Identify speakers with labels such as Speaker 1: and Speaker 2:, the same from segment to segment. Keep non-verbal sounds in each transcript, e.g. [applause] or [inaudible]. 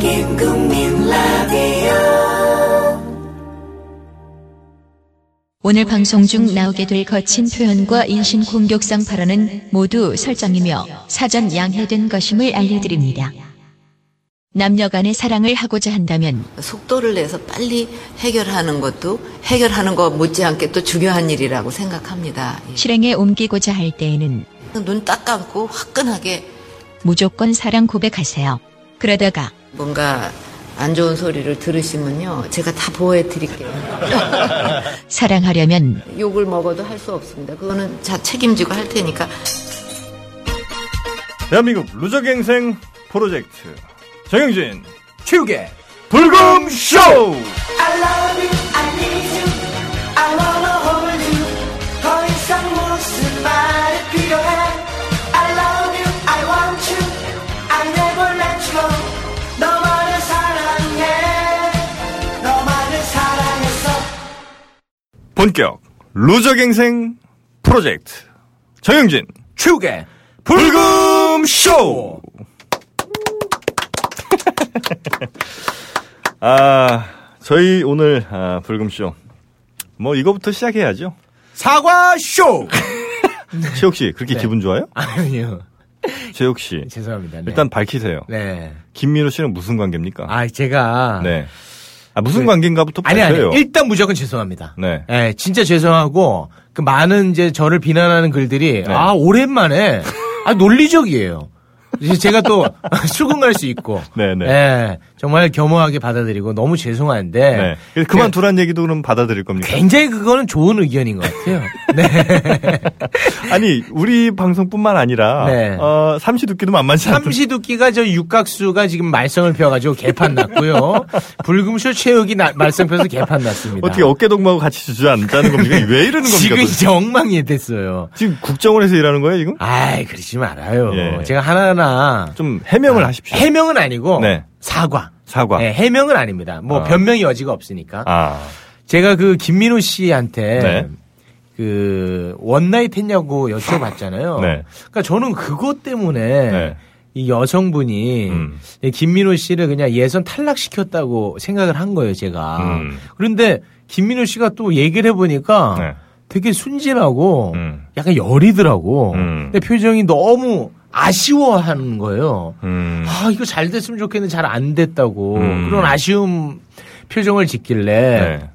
Speaker 1: 김 국민 라디오
Speaker 2: 오늘 방송 중 나오게 될 거친 표현과 인신 공격성 발언은 모두 설정이며 사전 양해된 것임을 알려드립니다. 남녀 간의 사랑을 하고자 한다면
Speaker 3: 속도를 내서 빨리 해결하는 것도 해결하는 것 못지않게 또 중요한 일이라고 생각합니다. 예.
Speaker 2: 실행에 옮기고자 할 때에는
Speaker 3: 눈 딱 감고 화끈하게
Speaker 2: 무조건 사랑 고백하세요. 그러다가
Speaker 3: 뭔가 안 좋은 소리를 들으시면요. 제가 다 보호해 드릴게요. [laughs]
Speaker 2: 사랑하려면
Speaker 3: 욕을 먹어도 할 수 없습니다. 그거는 자 책임지고 할 테니까
Speaker 4: 대한민국 루저갱생 프로젝트 정영진
Speaker 5: 최욱의
Speaker 4: 불금쇼
Speaker 1: I love you, I need you I wanna hold you 더 이상 무슨 말이 필요해 I love you, I want you I never let you go 너만을 사랑해 너만을 사랑했어
Speaker 4: 본격 루저갱생 프로젝트 정영진
Speaker 5: 최욱의 [laughs]
Speaker 4: 불금쇼 아 저희 오늘 아, 불금쇼 뭐 이거부터 시작해야죠
Speaker 5: 사과 쇼. 네.
Speaker 4: 최욱 씨 그렇게 기분 좋아요?
Speaker 5: [laughs] 아니요
Speaker 4: 최욱 씨
Speaker 5: 죄송합니다. 네.
Speaker 4: 일단 밝히세요
Speaker 5: 네.
Speaker 4: 김민호 씨는 무슨 관계입니까?
Speaker 5: 아 제가
Speaker 4: 네 아, 무슨
Speaker 5: 그-
Speaker 4: 관계인가부터
Speaker 5: 아니
Speaker 4: 밝혀요
Speaker 5: 아니 일단 무조건 죄송합니다.
Speaker 4: 네.
Speaker 5: 진짜 죄송하고 그 많은 이제 저를 비난하는 글들이
Speaker 4: 네.
Speaker 5: 아 오랜만에 아 논리적이에요. 이제 제가 또 [laughs] 출근할 수 있고.
Speaker 4: 네, 네.
Speaker 5: 예, 정말 겸허하게 받아들이고 너무 죄송한데.
Speaker 4: 네. 그래서 그만두란 얘기도 그럼 받아들일 겁니까?
Speaker 5: 굉장히 그거는 좋은 의견인 것 같아요. 네.
Speaker 4: 아니 우리 방송뿐만 아니라
Speaker 5: 네.
Speaker 4: 어, 삼시 두끼도 만만치 않다.
Speaker 5: 삼시두끼가 저 육각수가 지금 말썽을 피워가지고
Speaker 4: [laughs]
Speaker 5: 개판 났고요. 불금쇼 최욱이 나- 말썽 펴서 개판 났습니다.
Speaker 4: 어떻게 어깨 동무하고 같이 주저앉자는 겁니까? 왜 이러는 겁니까?
Speaker 5: 지금
Speaker 4: 도대체?
Speaker 5: 이제 엉망이 됐어요.
Speaker 4: 지금 국정원에서 일하는 거예요 지금?
Speaker 5: 아이 그러지 말아요.
Speaker 4: 예.
Speaker 5: 제가 하나하나
Speaker 4: 좀 해명을 하십시오.
Speaker 5: 아, 해명은 아니고
Speaker 4: 네.
Speaker 5: 사과.
Speaker 4: 사과.
Speaker 5: 예, 해명은 아닙니다. 뭐
Speaker 4: 아.
Speaker 5: 변명의 여지가 없으니까.
Speaker 4: 아
Speaker 5: 제가 그 김민호 씨한테
Speaker 4: 네.
Speaker 5: 그 원나잇 했냐고 여쭤봤잖아요.
Speaker 4: 네.
Speaker 5: 그러니까 저는 그것 때문에
Speaker 4: 네.
Speaker 5: 이 여성분이
Speaker 4: 음.
Speaker 5: 이 김민호 씨를 그냥 예선 탈락시켰다고 생각을 한 거예요, 제가.
Speaker 4: 음.
Speaker 5: 그런데 김민호 씨가 또 얘기를 해보니까
Speaker 4: 네.
Speaker 5: 되게 순진하고
Speaker 4: 음.
Speaker 5: 약간 여리더라고.
Speaker 4: 음.
Speaker 5: 근데 표정이 너무 아쉬워하는 거예요.
Speaker 4: 음.
Speaker 5: 아, 이거 잘 됐으면 좋겠는데 잘 안 됐다고.
Speaker 4: 음.
Speaker 5: 그런 아쉬움 표정을 짓길래
Speaker 4: 네.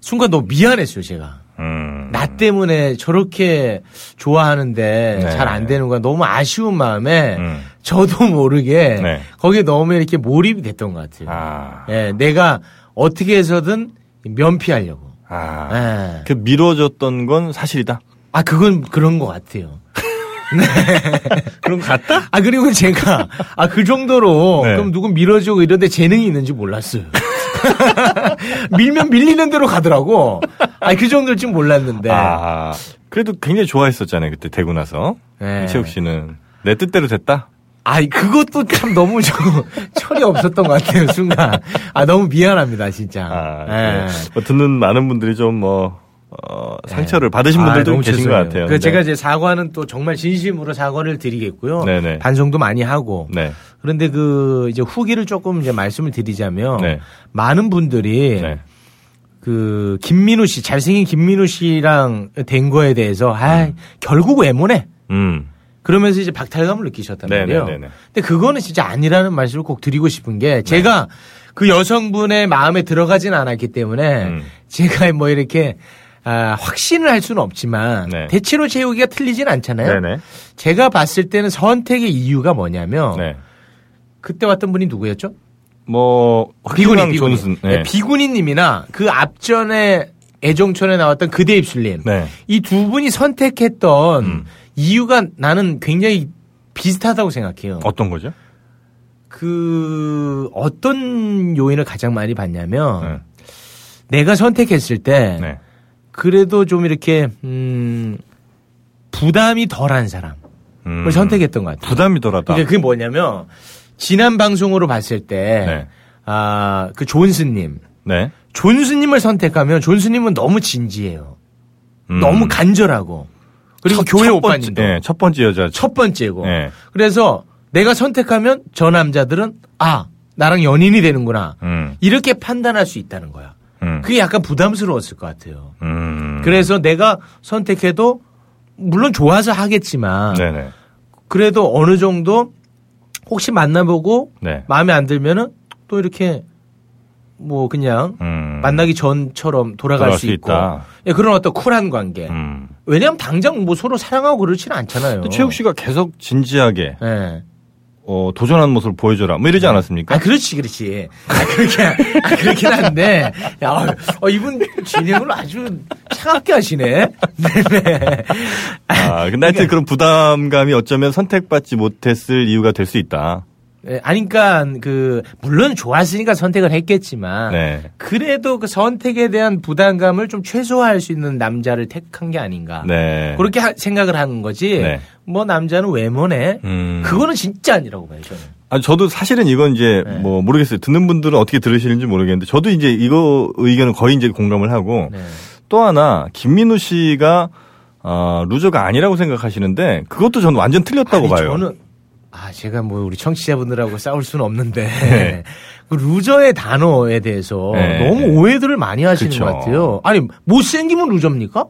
Speaker 5: 순간 너무 미안했어요, 제가.
Speaker 4: 음.
Speaker 5: 나 때문에 저렇게 좋아하는데
Speaker 4: 네.
Speaker 5: 잘 안 되는 거야. 너무 아쉬운 마음에
Speaker 4: 음.
Speaker 5: 저도 모르게
Speaker 4: 네.
Speaker 5: 거기에 너무 이렇게 몰입이 됐던 것 같아요.
Speaker 4: 아.
Speaker 5: 예, 내가 어떻게 해서든 면피하려고.
Speaker 4: 아.
Speaker 5: 예.
Speaker 4: 그 미뤄졌던 건 사실이다.
Speaker 5: 아, 그건 그런 것 같아요.
Speaker 4: 그럼 갔다?
Speaker 5: [laughs] 아,
Speaker 4: [laughs]
Speaker 5: 그리고 제가, 아, 그 정도로,
Speaker 4: 네.
Speaker 5: 그럼 누군 밀어주고 이런데 재능이 있는지
Speaker 4: [laughs]
Speaker 5: 몰랐어요. 밀면 밀리는 대로 가더라고. 아, 그 정도일 줄 몰랐는데.
Speaker 4: 아. 그래도 굉장히 좋아했었잖아요 그때 되고 나서
Speaker 5: 네.
Speaker 4: 최욱 씨는 내 뜻대로 됐다.
Speaker 5: 아, 그것도 참 너무 저, [laughs] 철이 없었던 것 같아요, 순간. 아, 너무 미안합니다, 진짜.
Speaker 4: 아,
Speaker 5: 예.
Speaker 4: 네. 뭐 듣는 많은 분들이 좀 뭐 상처를 받으신
Speaker 5: 아,
Speaker 4: 분들도
Speaker 5: 너무
Speaker 4: 계신
Speaker 5: 죄송해요.
Speaker 4: 것 같아요.
Speaker 5: 그
Speaker 4: 네.
Speaker 5: 제가 이제 사과는 또 정말 진심으로 사과를 드리겠고요.
Speaker 4: 네네.
Speaker 5: 반성도 많이 하고.
Speaker 4: 네.
Speaker 5: 그런데 그 이제 후기를 조금 이제 말씀을 드리자면
Speaker 4: 네.
Speaker 5: 많은 분들이
Speaker 4: 네.
Speaker 5: 그 김민우 씨 잘생긴 김민우 씨랑 된 거에 대해서 아 결국 외모네.
Speaker 4: 음.
Speaker 5: 그러면서 이제 박탈감을 느끼셨단
Speaker 4: 네네,
Speaker 5: 말이에요.
Speaker 4: 네네. 네.
Speaker 5: 근데 그거는 진짜 아니라는 말씀을 꼭 드리고 싶은 게 제가 그 여성분의 마음에 들어가진 않았기 때문에
Speaker 4: 음.
Speaker 5: 제가 뭐 이렇게 아, 확신을 할 수는 없지만
Speaker 4: 네.
Speaker 5: 대체로 채우기가 틀리진 않잖아요.
Speaker 4: 네네.
Speaker 5: 제가 봤을 때는 선택의 이유가 뭐냐면
Speaker 4: 네.
Speaker 5: 그때 왔던 분이 누구였죠?
Speaker 4: 뭐
Speaker 5: 어, 비구니,
Speaker 4: 흑인왕
Speaker 5: 비구니.
Speaker 4: 존슨.
Speaker 5: 네, 비구니님이나 그 앞전에 애정촌에 나왔던 그대 입술님.
Speaker 4: 네.
Speaker 5: 이 두 분이 선택했던
Speaker 4: 음.
Speaker 5: 이유가 나는 굉장히 비슷하다고 생각해요.
Speaker 4: 어떤 거죠?
Speaker 5: 그 어떤 요인을 가장 많이 봤냐면
Speaker 4: 네.
Speaker 5: 내가 선택했을 때
Speaker 4: 네.
Speaker 5: 그래도 좀 이렇게 음 부담이 덜한 사람을
Speaker 4: 음.
Speaker 5: 그 선택했던 것 같아요.
Speaker 4: 부담이더라다.
Speaker 5: 그러니까 그게 뭐냐면 지난 방송으로 봤을
Speaker 4: 네.
Speaker 5: 때 아, 그 존스님
Speaker 4: 네.
Speaker 5: 존스님을 선택하면 존스님은 너무 진지해요.
Speaker 4: 음.
Speaker 5: 너무 간절하고 그리고
Speaker 4: 첫-
Speaker 5: 교회
Speaker 4: 첫
Speaker 5: 오빠님도
Speaker 4: 번째, 네, 첫 번째 여자.
Speaker 5: 첫 번째고
Speaker 4: 네.
Speaker 5: 그래서 내가 선택하면 저 남자들은 아 나랑 연인이 되는구나.
Speaker 4: 음.
Speaker 5: 이렇게 판단할 수 있다는 거야.
Speaker 4: 음.
Speaker 5: 그게 약간 부담스러웠을 것 같아요.
Speaker 4: 음.
Speaker 5: 그래서 내가 선택해도 물론 좋아서 하겠지만
Speaker 4: 네네.
Speaker 5: 그래도 어느 정도 혹시 만나보고
Speaker 4: 네.
Speaker 5: 마음에 안 들면은 또 이렇게 뭐 그냥
Speaker 4: 음.
Speaker 5: 만나기 전처럼 돌아갈
Speaker 4: 돌아갈 수
Speaker 5: 수 있고
Speaker 4: 있다.
Speaker 5: 예, 그런 어떤 쿨한 관계.
Speaker 4: 음.
Speaker 5: 왜냐하면 당장 뭐 서로 사랑하고 그렇지는 않잖아요.
Speaker 4: 또 최욱 씨가 계속 진지하게
Speaker 5: 예.
Speaker 4: 어, 도전하는 모습을 보여줘라. 뭐 이러지 않았습니까?
Speaker 5: 아 그렇지 그렇지. 아 그렇게 아 그렇긴 한데 야, 어, 어, 이분 진행을 아주 차갑게 하시네. 네네.
Speaker 4: 아, 근데
Speaker 5: 그러니까
Speaker 4: 하여튼 그런 부담감이 어쩌면 선택받지 못했을 이유가 될 수 있다.
Speaker 5: 예, 아니, 그러니까 그 물론 좋았으니까 선택을 했겠지만
Speaker 4: 네.
Speaker 5: 그래도 그 선택에 대한 부담감을 좀 최소화할 수 있는 남자를 택한 게 아닌가.
Speaker 4: 네.
Speaker 5: 그렇게 하- 생각을 하는 거지.
Speaker 4: 네.
Speaker 5: 뭐 남자는 외모네.
Speaker 4: 음.
Speaker 5: 그거는 진짜 아니라고 봐요. 저는.
Speaker 4: 아, 저도 사실은 이건 이제
Speaker 5: 네.
Speaker 4: 뭐 모르겠어요. 듣는 분들은 어떻게 들으시는지 모르겠는데 저도 이제 이거 의견은 거의 이제 공감을 하고
Speaker 5: 네.
Speaker 4: 또 하나 김민우 씨가 아, 루저가 아니라고 생각하시는데 그것도 저는 완전 틀렸다고
Speaker 5: 아니,
Speaker 4: 봐요.
Speaker 5: 저는 아 제가 뭐 우리 청취자분들하고 싸울 수는 없는데
Speaker 4: 네.
Speaker 5: [laughs] 그 루저의 단어에 대해서
Speaker 4: 네.
Speaker 5: 너무 오해들을 많이 하시는
Speaker 4: 그쵸.
Speaker 5: 것 같아요. 아니 못생기면 루저입니까?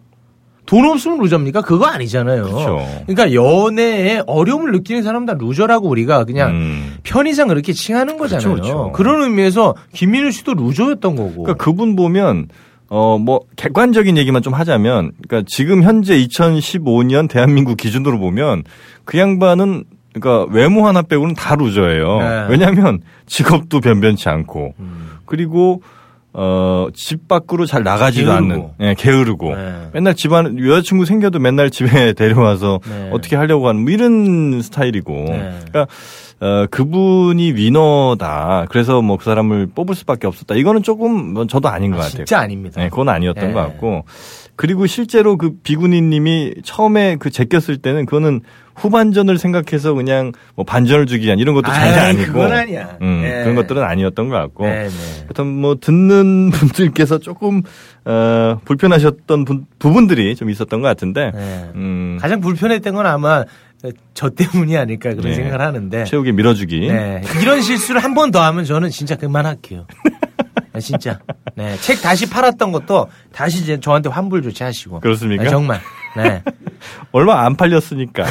Speaker 5: 돈 없으면 루저입니까? 그거 아니잖아요.
Speaker 4: 그쵸.
Speaker 5: 러니까 연애에 어려움을 느끼는 사람 다 루저라고 우리가 그냥
Speaker 4: 음.
Speaker 5: 편의상 그렇게 칭하는 거잖아요.
Speaker 4: 그쵸.
Speaker 5: 그런 의미에서 김민우 씨도 루저였던 거고.
Speaker 4: 그러니까 그분 보면 어 뭐 객관적인 얘기만 좀 하자면 그러니까 지금 현재 2015년 대한민국 기준으로 보면 그 양반은 그러니까 외모 하나 빼고는 다 루저예요.
Speaker 5: 네. 음.
Speaker 4: 왜냐하면 직업도 변변치 않고 그리고 어집 밖으로 잘 나가지도
Speaker 5: 게으르고.
Speaker 4: 않는 예, 게으르고
Speaker 5: 네.
Speaker 4: 맨날 집안 여자친구 생겨도 맨날 집에 [laughs] 데려와서
Speaker 5: 네.
Speaker 4: 어떻게 하려고 하는 뭐 이런 스타일이고
Speaker 5: 네.
Speaker 4: 그러니까 어, 그분이 위너다 그래서 뭐 그 사람을 뽑을 수밖에 없었다 이거는 조금 뭐 저도 아닌 것
Speaker 5: 아,
Speaker 4: 같아요.
Speaker 5: 진짜 아닙니다.
Speaker 4: 네, 그건 아니었던
Speaker 5: 네.
Speaker 4: 것 같고 그리고 실제로 그 비구니님이 처음에 그 제꼈을 때는 그거는 후반전을 생각해서 그냥 뭐 반전을 주기 위한 이런 것도 전혀
Speaker 5: 아이,
Speaker 4: 아니고
Speaker 5: 그건 아니야.
Speaker 4: 음,
Speaker 5: 네.
Speaker 4: 그런 것들은 아니었던 것 같고
Speaker 5: 네, 네.
Speaker 4: 하여튼 뭐 듣는 [laughs] 분들께서 조금 어, 불편하셨던 분- 부분들이 좀 있었던 것 같은데
Speaker 5: 네.
Speaker 4: 음,
Speaker 5: 가장 불편했던 건 아마 저 때문이 아닐까 그런
Speaker 4: 네.
Speaker 5: 생각을 하는데
Speaker 4: 최욱의 밀어주기
Speaker 5: 네. 이런 실수를 한 번 더 하면 저는 진짜 그만할게요. 아, 진짜. 네. 책 다시 팔았던 것도 다시 이제 저한테 환불 조치하시고.
Speaker 4: 그렇습니까?
Speaker 5: 네, 정말. 네.
Speaker 4: 얼마 안
Speaker 5: [laughs]
Speaker 4: 팔렸으니까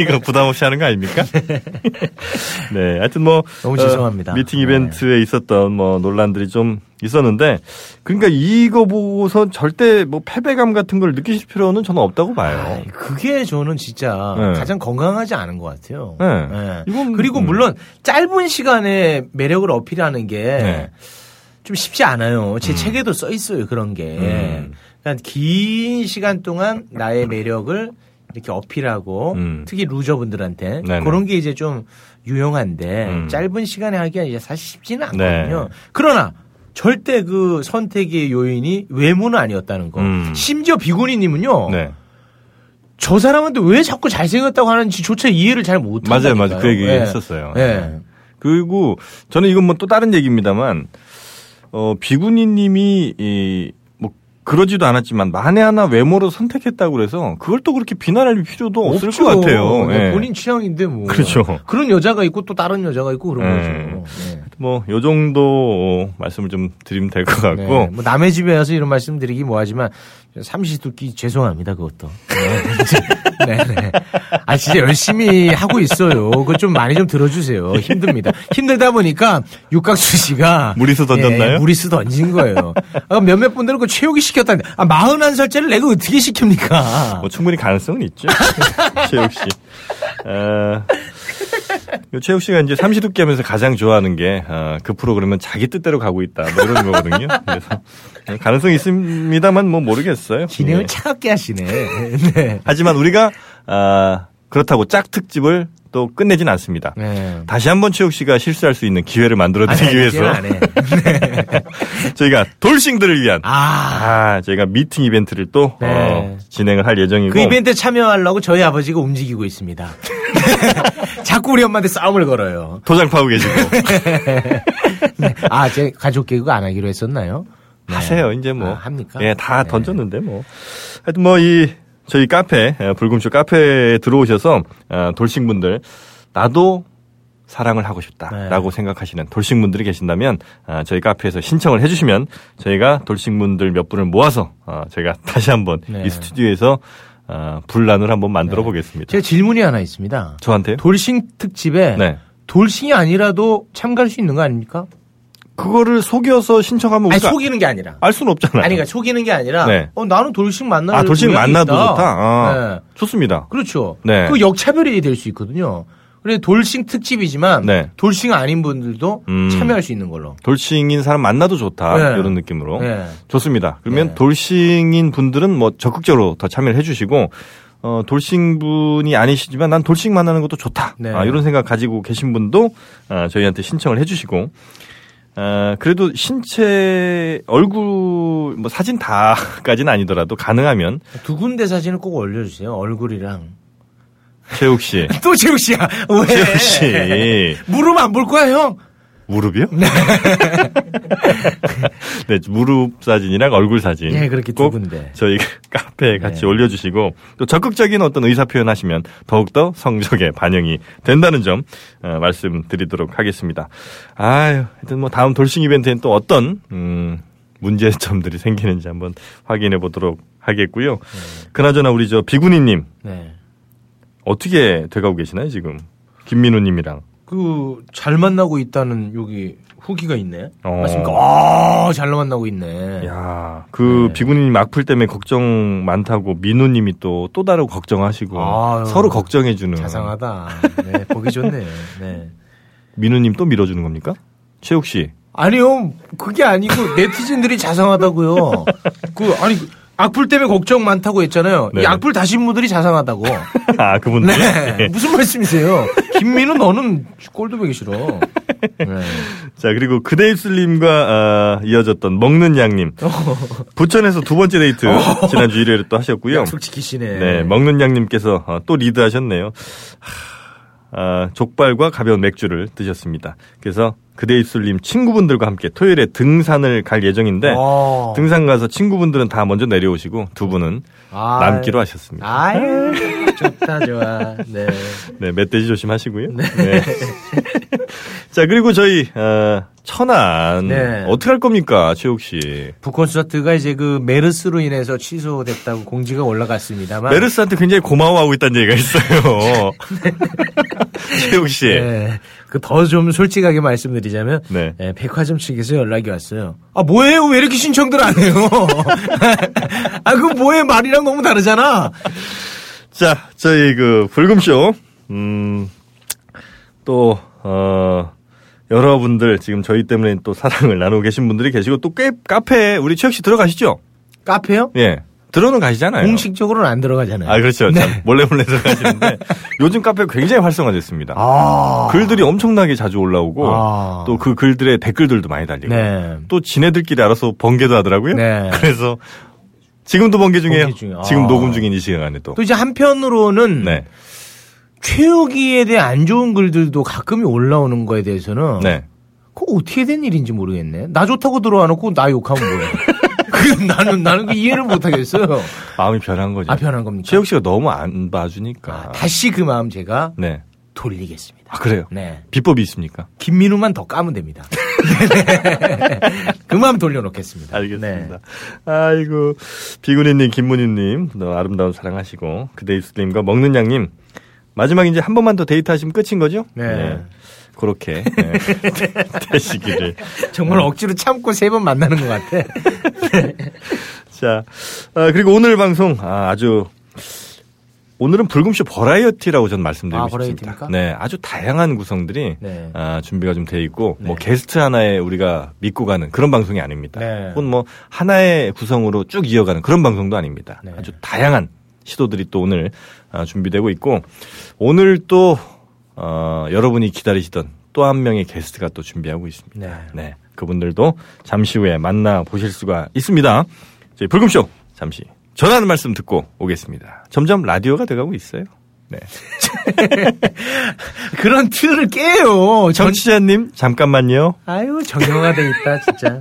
Speaker 4: 이거 부담 없이 하는 거 아닙니까? 네, 하여튼 뭐
Speaker 5: 너무
Speaker 4: 어,
Speaker 5: 죄송합니다.
Speaker 4: 미팅
Speaker 5: 네.
Speaker 4: 이벤트에 있었던 뭐 논란들이 좀 있었는데 그러니까 이거 보고서 절대 뭐 패배감 같은 걸 느끼실 필요는 저는 없다고 봐요.
Speaker 5: 아이, 그게 저는 진짜
Speaker 4: 어. 네.
Speaker 5: 가장 건강하지 않은 것 같아요.
Speaker 4: 네. 이건-
Speaker 5: 그리고
Speaker 4: 음.
Speaker 5: 물론 짧은 시간에 매력을 어필하는 게
Speaker 4: 네.
Speaker 5: 좀 쉽지 않아요. 제 책에도 써 있어요. 그런 게.
Speaker 4: 음.
Speaker 5: 그러니까 긴 시간 동안 나의 매력을 이렇게 어필하고
Speaker 4: 음.
Speaker 5: 특히 루저분들한테
Speaker 4: 네네.
Speaker 5: 그런 게 이제 좀 유용한데
Speaker 4: 음.
Speaker 5: 짧은 시간에 하기가 이제 사실 쉽지는
Speaker 4: 네.
Speaker 5: 않거든요. 그러나 절대 그 선택의 요인이 외모는 아니었다는 거.
Speaker 4: 음.
Speaker 5: 심지어 비구니님은요.
Speaker 4: 네,
Speaker 5: 저 사람한테 왜 자꾸 잘생겼다고 하는지조차 이해를 잘 못해요.
Speaker 4: 맞아요, 맞아요. 그 얘기 했었어요.
Speaker 5: 예.
Speaker 4: 그리고 저는 이건 뭐 또 다른 얘기입니다만 어, 비구니님이 이, 뭐 그러지도 않았지만 만에 하나 외모로 선택했다고 그래서 그걸 또 그렇게 비난할 필요도 어, 없을
Speaker 5: 없죠.
Speaker 4: 것 같아요.
Speaker 5: 네,
Speaker 4: 예.
Speaker 5: 본인 취향인데 뭐.
Speaker 4: 그렇죠.
Speaker 5: 그런 여자가 있고 또 다른 여자가 있고 그런
Speaker 4: 네.
Speaker 5: 거죠. 네.
Speaker 4: 뭐, 요 정도 말씀을 좀 드리면 될 것
Speaker 5: 네.
Speaker 4: 같고.
Speaker 5: 뭐 남의 집에 와서 이런 말씀 드리기 뭐하지만 삼시두끼 죄송합니다 그것도. [laughs] 네. 네, 네. 아 진짜 열심히 하고 있어요. 그거 좀 많이 좀 들어주세요. 힘듭니다. 힘들다 보니까 육각수 씨가
Speaker 4: 무리수 던졌나요?
Speaker 5: 예, 무리수 던진 거예요. 아, 몇몇 분들은 그 최욱이 시켰다는데 아 41살짜리를 내가 어떻게 시킵니까?
Speaker 4: 뭐, 충분히 가능성은 있죠. [laughs] 최욱 씨. 아, 요 최욱 씨가 이제 삼시두끼 하면서 가장 좋아하는 게, 아, 그 프로그램은 자기 뜻대로 가고 있다. 뭐 이런 거거든요. 그래서, 네, 가능성이 있습니다만 뭐 모르겠어요.
Speaker 5: 진행을
Speaker 4: 예.
Speaker 5: 차갑게 하시네. 네.
Speaker 4: 하지만 우리가, 아, 그렇다고 짝특집을 또 끝내진 않습니다.
Speaker 5: 네.
Speaker 4: 다시 한번 최욱 씨가 실수할 수 있는 기회를 만들어 드리기
Speaker 5: 아니, 네,
Speaker 4: 위해서
Speaker 5: 기회는 안 해.
Speaker 4: 저희가 돌싱들을 위한
Speaker 5: 아.
Speaker 4: 아, 저희가 미팅 이벤트를 또
Speaker 5: 네.
Speaker 4: 어, 진행을 할 예정이고
Speaker 5: 그 이벤트 참여하려고 저희 아버지가 움직이고 있습니다. [laughs] 자꾸 우리 엄마한테 싸움을 걸어요.
Speaker 4: 도장 파고 계시고 [laughs]
Speaker 5: 아, 제 가족 개그 안 하기로 했었나요? 네.
Speaker 4: 하세요. 이제 뭐
Speaker 5: 아, 합니까?
Speaker 4: 예, 다
Speaker 5: 네.
Speaker 4: 던졌는데 뭐. 하여튼 뭐 이 저희 어, 카페 에, 불금쇼 카페에 들어오셔서 아, 돌싱분들 어, 나도 사랑을 하고 싶다라고 생각하시는 돌싱분들이 계신다면 아, 저희 카페에서 신청을 해주시면 저희가 돌싱분들 몇 분을 모아서 아, 저희가 [laughs] 다시 한번
Speaker 5: 네.
Speaker 4: 이 스튜디오에서 아, 분란을 한번 만들어 보겠습니다.
Speaker 5: 제가 질문이 하나 있습니다.
Speaker 4: 저한테요?
Speaker 5: 돌싱 특집에
Speaker 4: 네.
Speaker 5: 돌싱이 아니라도 참가할 수 있는 거 아닙니까?
Speaker 4: 그거를 속여서 신청하면
Speaker 5: 아니
Speaker 4: 우리가
Speaker 5: 속이는 게 아니라.
Speaker 4: 알 수는 없잖아요.
Speaker 5: 아니 그러니까 속이는 게 아니라
Speaker 4: 네.
Speaker 5: 어 나는 예. 돌싱 만나
Speaker 4: 아, 돌싱 만나도 좋다. 아, 좋습니다.
Speaker 5: 네. 그렇죠.
Speaker 4: 네.
Speaker 5: 그 역차별이 될 수 있거든요. 그래 돌싱 특집이지만
Speaker 4: 네.
Speaker 5: 돌싱 아닌 분들도
Speaker 4: 음.
Speaker 5: 참여할 수 있는 걸로.
Speaker 4: 돌싱인 사람 만나도 좋다
Speaker 5: 네.
Speaker 4: 이런 느낌으로
Speaker 5: 네.
Speaker 4: 좋습니다. 그러면
Speaker 5: 네.
Speaker 4: 돌싱인 분들은 뭐 적극적으로 더 참여를 해주시고 어, 돌싱 분이 아니시지만 난 돌싱 만나는 것도 좋다
Speaker 5: 네.
Speaker 4: 아, 이런 생각 가지고 계신 분도 아, 저희한테 신청을 해주시고 아, 그래도 신체 얼굴 뭐 사진 다까지는 아니더라도 가능하면
Speaker 5: 두 군데 사진을 꼭 올려주세요. 얼굴이랑 [laughs]
Speaker 4: 최욱 씨,
Speaker 5: 또 재욱 씨야. 왜?
Speaker 4: 최욱 씨
Speaker 5: 무릎 안 볼 거야 형.
Speaker 4: 무릎이요? [laughs] 네, 무릎 사진이랑 얼굴 사진.
Speaker 5: 예, 그렇게 두
Speaker 4: 꼭
Speaker 5: 군데.
Speaker 4: 저희 [laughs] 카페에 같이
Speaker 5: 네.
Speaker 4: 올려주시고 또 적극적인 어떤 의사 표현하시면 더욱더 성적에 반영이 된다는 점 어, 말씀드리도록 하겠습니다. 아유, 하여튼 뭐 다음 돌싱 이벤트엔 또 어떤 음, 문제점들이 [laughs] 생기는지 한번 확인해 보도록 하겠고요. 그나저나 우리 저 비구니님
Speaker 5: 네.
Speaker 4: 어떻게 돼가고 계시나요 지금? 김민우님이랑.
Speaker 5: 그 잘 만나고 있다는 여기 후기가 있네.
Speaker 4: 어.
Speaker 5: 맞습니까? 아, 잘 만나고 있네.
Speaker 4: 야, 그
Speaker 5: 네.
Speaker 4: 비구님 악플 때문에 걱정 많다고 민우님이 또 또 다른 걱정하시고
Speaker 5: 아유.
Speaker 4: 서로 걱정해주는
Speaker 5: 자상하다. 네, 보기 좋네. 네.
Speaker 4: 민우님 또 밀어주는 겁니까? 최욱 씨, [laughs]
Speaker 5: 아니요, 그게 아니고 네티즌들이 자상하다고요. 그 아니 악플 때문에 걱정 많다고 했잖아요. 이
Speaker 4: 네.
Speaker 5: 악플 다신
Speaker 4: [laughs]
Speaker 5: 분들이 자상하다고.
Speaker 4: 아 그분들
Speaker 5: 네,
Speaker 4: 예.
Speaker 5: 무슨 말씀이세요? 김민우 너는 꼴도 보기 싫어. 네.
Speaker 4: 자 그리고 그대입술님과 아, 이어졌던 먹는
Speaker 5: [laughs]
Speaker 4: 양님 부천에서 두 번째 데이트 지난주 일요일에 또 하셨고요.
Speaker 5: 어. 약속 지키시네.
Speaker 4: 네, 먹는 양님께서 어, 또 리드하셨네요. 하, 아, 족발과 가벼운 맥주를 드셨습니다. 그래서 그대입술님 친구분들과 함께 토요일에 등산을 갈 예정인데
Speaker 5: 아.
Speaker 4: 등산 가서 친구분들은 다 먼저 내려오시고 두 분은
Speaker 5: 아.
Speaker 4: 남기로 하셨습니다.
Speaker 5: 아유, 좋다, 좋아. 네.
Speaker 4: 네, 멧돼지 조심하시고요.
Speaker 5: [laughs]
Speaker 4: 네. 자, 그리고 저희 어, 천안
Speaker 5: 네.
Speaker 4: 어떻게 할 겁니까, 최욱 씨?
Speaker 5: 북콘서트가 이제 그 메르스로 인해서 취소됐다고 공지가 올라갔습니다만.
Speaker 4: 메르스한테 굉장히 고마워하고 있다는 얘기가
Speaker 5: [laughs]
Speaker 4: 있어요. [laughs] 최욱 씨.
Speaker 5: 네. 그더 좀 솔직하게 말씀드리자면
Speaker 4: 네.
Speaker 5: 예, 백화점 측에서 연락이 왔어요. 아 뭐예요? 왜 이렇게 신청들 안 해요? [laughs] 아그 뭐예요? 말이랑 너무 다르잖아.
Speaker 4: 자, 저희 그 불금쇼 음, 또 어, 여러분들 지금 저희 때문에 또 사랑을 나누고 계신 분들이 계시고 또 꽤 카페에 우리 최욱 씨 들어가시죠?
Speaker 5: 카페요?
Speaker 4: 예. 들어는 가시잖아요.
Speaker 5: 공식적으로는 안 네. 들어가잖아요.
Speaker 4: 아, 그렇죠.
Speaker 5: 네.
Speaker 4: 참 몰래 몰래
Speaker 5: [laughs]
Speaker 4: 들어가시는데 요즘 카페 가 굉장히 활성화됐습니다.
Speaker 5: 아.
Speaker 4: 글들이 엄청나게 자주 올라오고
Speaker 5: 아.
Speaker 4: 또 그 글들의 댓글들도 많이 달리고
Speaker 5: 네.
Speaker 4: 또 지네들끼리 알아서 번개도 하더라고요.
Speaker 5: 네.
Speaker 4: [laughs] 그래서 지금도 번개 중이에요.
Speaker 5: 번개 중이에요.
Speaker 4: 지금
Speaker 5: 아.
Speaker 4: 녹음 중인 이 시간에도.
Speaker 5: 또 이제 한편으로는
Speaker 4: 네.
Speaker 5: 최욱이에 대해 안 좋은 글들도 가끔이 올라오는 거에 대해서는
Speaker 4: 네.
Speaker 5: 그거 어떻게 된 일인지 모르겠네. 나 좋다고 들어와 놓고 나 욕하면 뭐예요? [laughs] 그 나는 나는 그 이해를 못 하겠어요.
Speaker 4: 마음이 변한 거죠.
Speaker 5: 아 변한 겁니까?
Speaker 4: 최욱 씨가 너무 안 봐주니까.
Speaker 5: 아, 다시 그 마음 제가
Speaker 4: 네.
Speaker 5: 돌리겠습니다.
Speaker 4: 아, 그래요?
Speaker 5: 네.
Speaker 4: 비법이 있습니까?
Speaker 5: 김민우만 더 까면 됩니다. [laughs] 네, 그 마음
Speaker 4: [laughs]
Speaker 5: 돌려놓겠습니다.
Speaker 4: 알겠습니다. 아이고 비구니님, 김문희님, 너 아름다운 사랑하시고 그데이스님과 먹는 양님 마지막 이제 한 번만 더 데이트하시면 끝인 거죠?
Speaker 5: 네.
Speaker 4: 그렇게 네. [laughs] 되시기를.
Speaker 5: 네. 정말 억지로 참고 세 번 만나는 것 같아.
Speaker 4: 자, 아, 그리고 오늘 방송 아, 주 오늘은 불금쇼 버라이어티라고 전 말씀드리고
Speaker 5: 아,
Speaker 4: 싶습니다.
Speaker 5: 버라이어티입니까?
Speaker 4: 네, 아주 다양한 구성들이
Speaker 5: 네.
Speaker 4: 아, 준비가 좀 돼 있고 뭐
Speaker 5: 네.
Speaker 4: 게스트 하나에 우리가 믿고 가는 그런 방송이 아닙니다.
Speaker 5: 네.
Speaker 4: 혹은 뭐 하나의 구성으로 쭉 이어가는 그런 방송도 아닙니다.
Speaker 5: 네.
Speaker 4: 아주 다양한 시도들이 또 오늘 아, 준비되고 있고 오늘 또 어, 여러분이 기다리시던 또 한 명의 게스트가 또 준비하고 있습니다.
Speaker 5: 네.
Speaker 4: [laughs] 네, 그분들도 잠시 후에 만나 보실 수가 있습니다. 저희 불금쇼 잠시 전하는 말씀 듣고 오겠습니다. 점점 라디오가 돼가고 있어요. 네.
Speaker 5: 그런 틀을 깨요. 전...
Speaker 4: 정치자님 잠깐만요.
Speaker 5: 아유 정형화 돼 있다 진짜.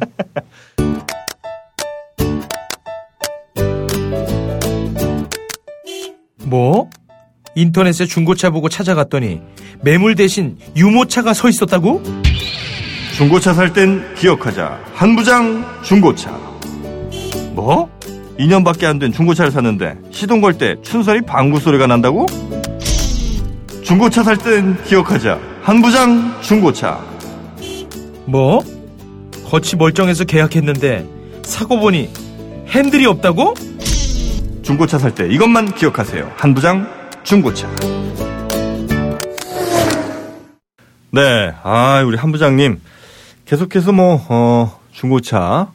Speaker 5: 뭐? 인터넷에 중고차 보고 찾아갔더니 매물 대신 유모차가 서 있었다고?
Speaker 6: 중고차 살 땐 기억하자. 한부장 중고차. 뭐? 2년밖에 안 된 중고차를 샀는데 시동 걸 때 춘선이 방구 소리가 난다고? 중고차 살 땐 기억하자. 한부장 중고차.
Speaker 5: 뭐? 거치 멀쩡해서 계약했는데 사고 보니 핸들이 없다고?
Speaker 6: 중고차 살 때 이것만 기억하세요. 한부장 중고차.
Speaker 4: 네, 아 우리 한 부장님 계속해서 뭐 어, 중고차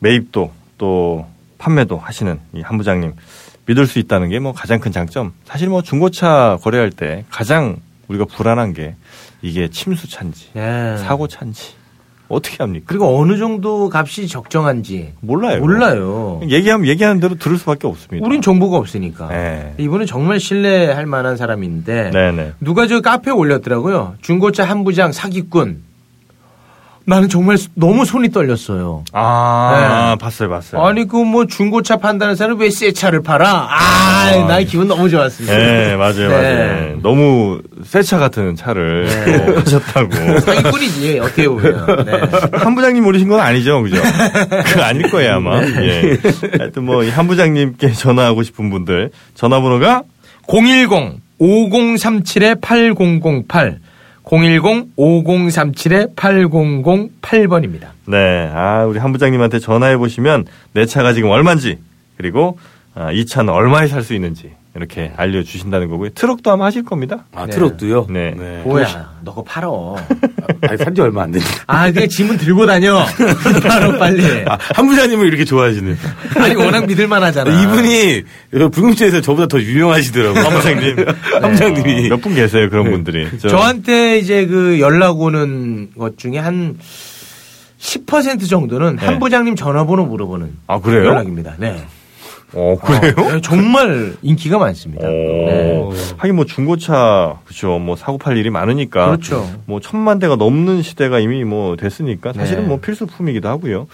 Speaker 4: 매입도 또 판매도 하시는 이 한 부장님 믿을 수 있다는 게 뭐 가장 큰 장점. 사실 뭐 중고차 거래할 때 가장 우리가 불안한 게 이게 침수차인지
Speaker 5: 네.
Speaker 4: 사고차인지 어떻게 합니까?
Speaker 5: 그리고 어느 정도 값이 적정한지
Speaker 4: 몰라요. 음.
Speaker 5: 몰라요.
Speaker 4: 얘기하면 얘기하는 대로 들을 수밖에 없습니다.
Speaker 5: 우린 정보가 없으니까.
Speaker 4: 네.
Speaker 5: 이분은 정말 신뢰할 만한 사람인데
Speaker 4: 네네.
Speaker 5: 누가 저 카페에 올렸더라고요. 중고차 한 부장 사기꾼. 나는 정말 소- 너무 손이 떨렸어요.
Speaker 4: 아, 봤어요, 봤어요.
Speaker 5: 네. 아니 그 뭐 중고차 판다는 사람 왜 새 차를 팔아? 아, 나의 기분 너무 좋았습니다.
Speaker 4: 네, 네. 맞아요,
Speaker 5: 네.
Speaker 4: 맞아요. 너무 새 차 같은 차를 또 [laughs] 하셨다고.
Speaker 5: 사기꾼이지 어떻게 보면. 네.
Speaker 4: [laughs] 한 부장님 오르신 건 아니죠, 그죠? 그 아닐 거예요, 아마. 예. 하여튼 뭐, 이한 부장님께 전화하고 싶은 분들, 전화번호가
Speaker 5: 010-5037-8008 010-5037-8008번입니다.
Speaker 4: 네, 아, 우리 한 부장님한테 전화해보시면 내 차가 지금 얼마인지, 그리고 아, 이 차는 얼마에 살 수 있는지, 이렇게 알려주신다는 거고요. 트럭도 아마 하실 겁니다.
Speaker 7: 아, 트럭도요?
Speaker 4: 네.
Speaker 5: 뭐야, 너거 팔어.
Speaker 7: 아니, 산지 얼마 안 됐는데.
Speaker 5: 아, 그냥 짐은 들고 다녀. [laughs] 바로 빨리.
Speaker 7: 아, 한 부장님을 이렇게 좋아하시네요.
Speaker 5: 아니, 워낙 믿을만 하잖아.
Speaker 7: 이분이 불금쇼에서 저보다 더 유명하시더라고요. 네. 한 부장님. 네. 한 부장님이.
Speaker 4: 어, 몇 분 계세요, 그런 분들이. 네. 저-
Speaker 5: 저한테 이제 그 연락 오는 것 중에 한 10% 정도는 한
Speaker 4: 네.
Speaker 5: 부장님 전화번호 물어보는
Speaker 4: 아, 그래요?
Speaker 5: 연락입니다. 네.
Speaker 4: 어, 그래요?
Speaker 5: 네, 정말 인기가 많습니다. 네.
Speaker 4: 오. 어, 하긴 뭐 중고차 그렇죠. 뭐 사고 팔 일이 많으니까.
Speaker 5: 그렇죠.
Speaker 4: 뭐 천만 대가 넘는 시대가 이미 뭐 됐으니까 사실은
Speaker 5: 네.
Speaker 4: 뭐 필수품이기도 하고요.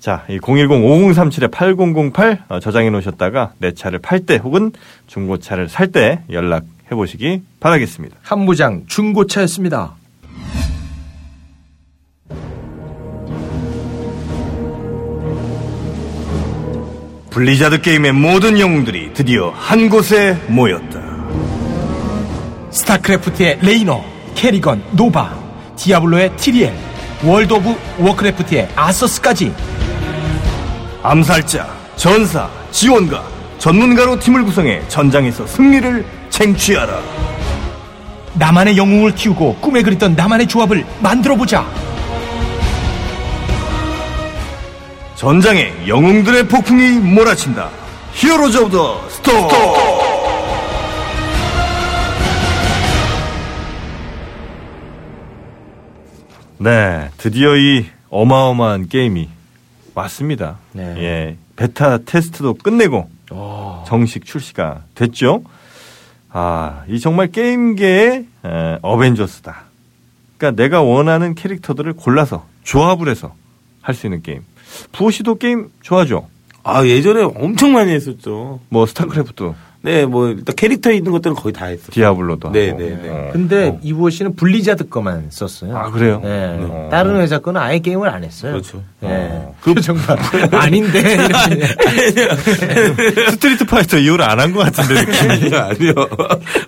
Speaker 4: 자, 이 010-5037-8008 어, 저장해 놓으셨다가 내 차를 팔 때 혹은 중고차를 살 때 연락해 보시기 바라겠습니다.
Speaker 5: 한 부장 중고차였습니다.
Speaker 6: 블리자드 게임의 모든 영웅들이 드디어 한 곳에 모였다.
Speaker 5: 스타크래프트의 레이너, 캐리건, 노바, 디아블로의 티리엘, 월드 오브 워크래프트의 아서스까지
Speaker 6: 암살자, 전사, 지원가, 전문가로 팀을 구성해 전장에서 승리를 쟁취하라.
Speaker 5: 나만의 영웅을 키우고 꿈에 그렸던 나만의 조합을 만들어보자.
Speaker 6: 전장에 영웅들의 폭풍이 몰아친다. 히어로즈 오브 더 스톰.
Speaker 4: 네, 드디어 이 어마어마한 게임이 왔습니다. 예, 베타 테스트도 끝내고 정식 출시가 됐죠. 아, 이 정말 게임계의 에, 어벤져스다. 그러니까 내가 원하는 캐릭터들을 골라서 조합을 해서 할 수 있는 게임. 부호 씨도 게임 좋아하죠?
Speaker 7: 아, 예전에 엄청 많이 했었죠.
Speaker 4: 뭐 스타크래프트,
Speaker 7: 네, 뭐, 일단 캐릭터에 있는 것들은 거의 다 했었죠.
Speaker 4: 디아블로도 하고.
Speaker 7: 네, 네, 네.
Speaker 4: 어.
Speaker 5: 근데 이부호 씨는 분리자드 거만 썼어요.
Speaker 4: 아, 그래요?
Speaker 5: 네.
Speaker 4: 어.
Speaker 5: 다른 회사 거는 아예 게임을 안 했어요.
Speaker 7: 그렇죠.
Speaker 5: 네. 그 정말 아닌데 이렇게.
Speaker 4: [laughs] 스트리트 파이터 이후로 안 한 것 같은데
Speaker 5: [laughs]
Speaker 4: 느낌이.
Speaker 7: 아니요, 아니요.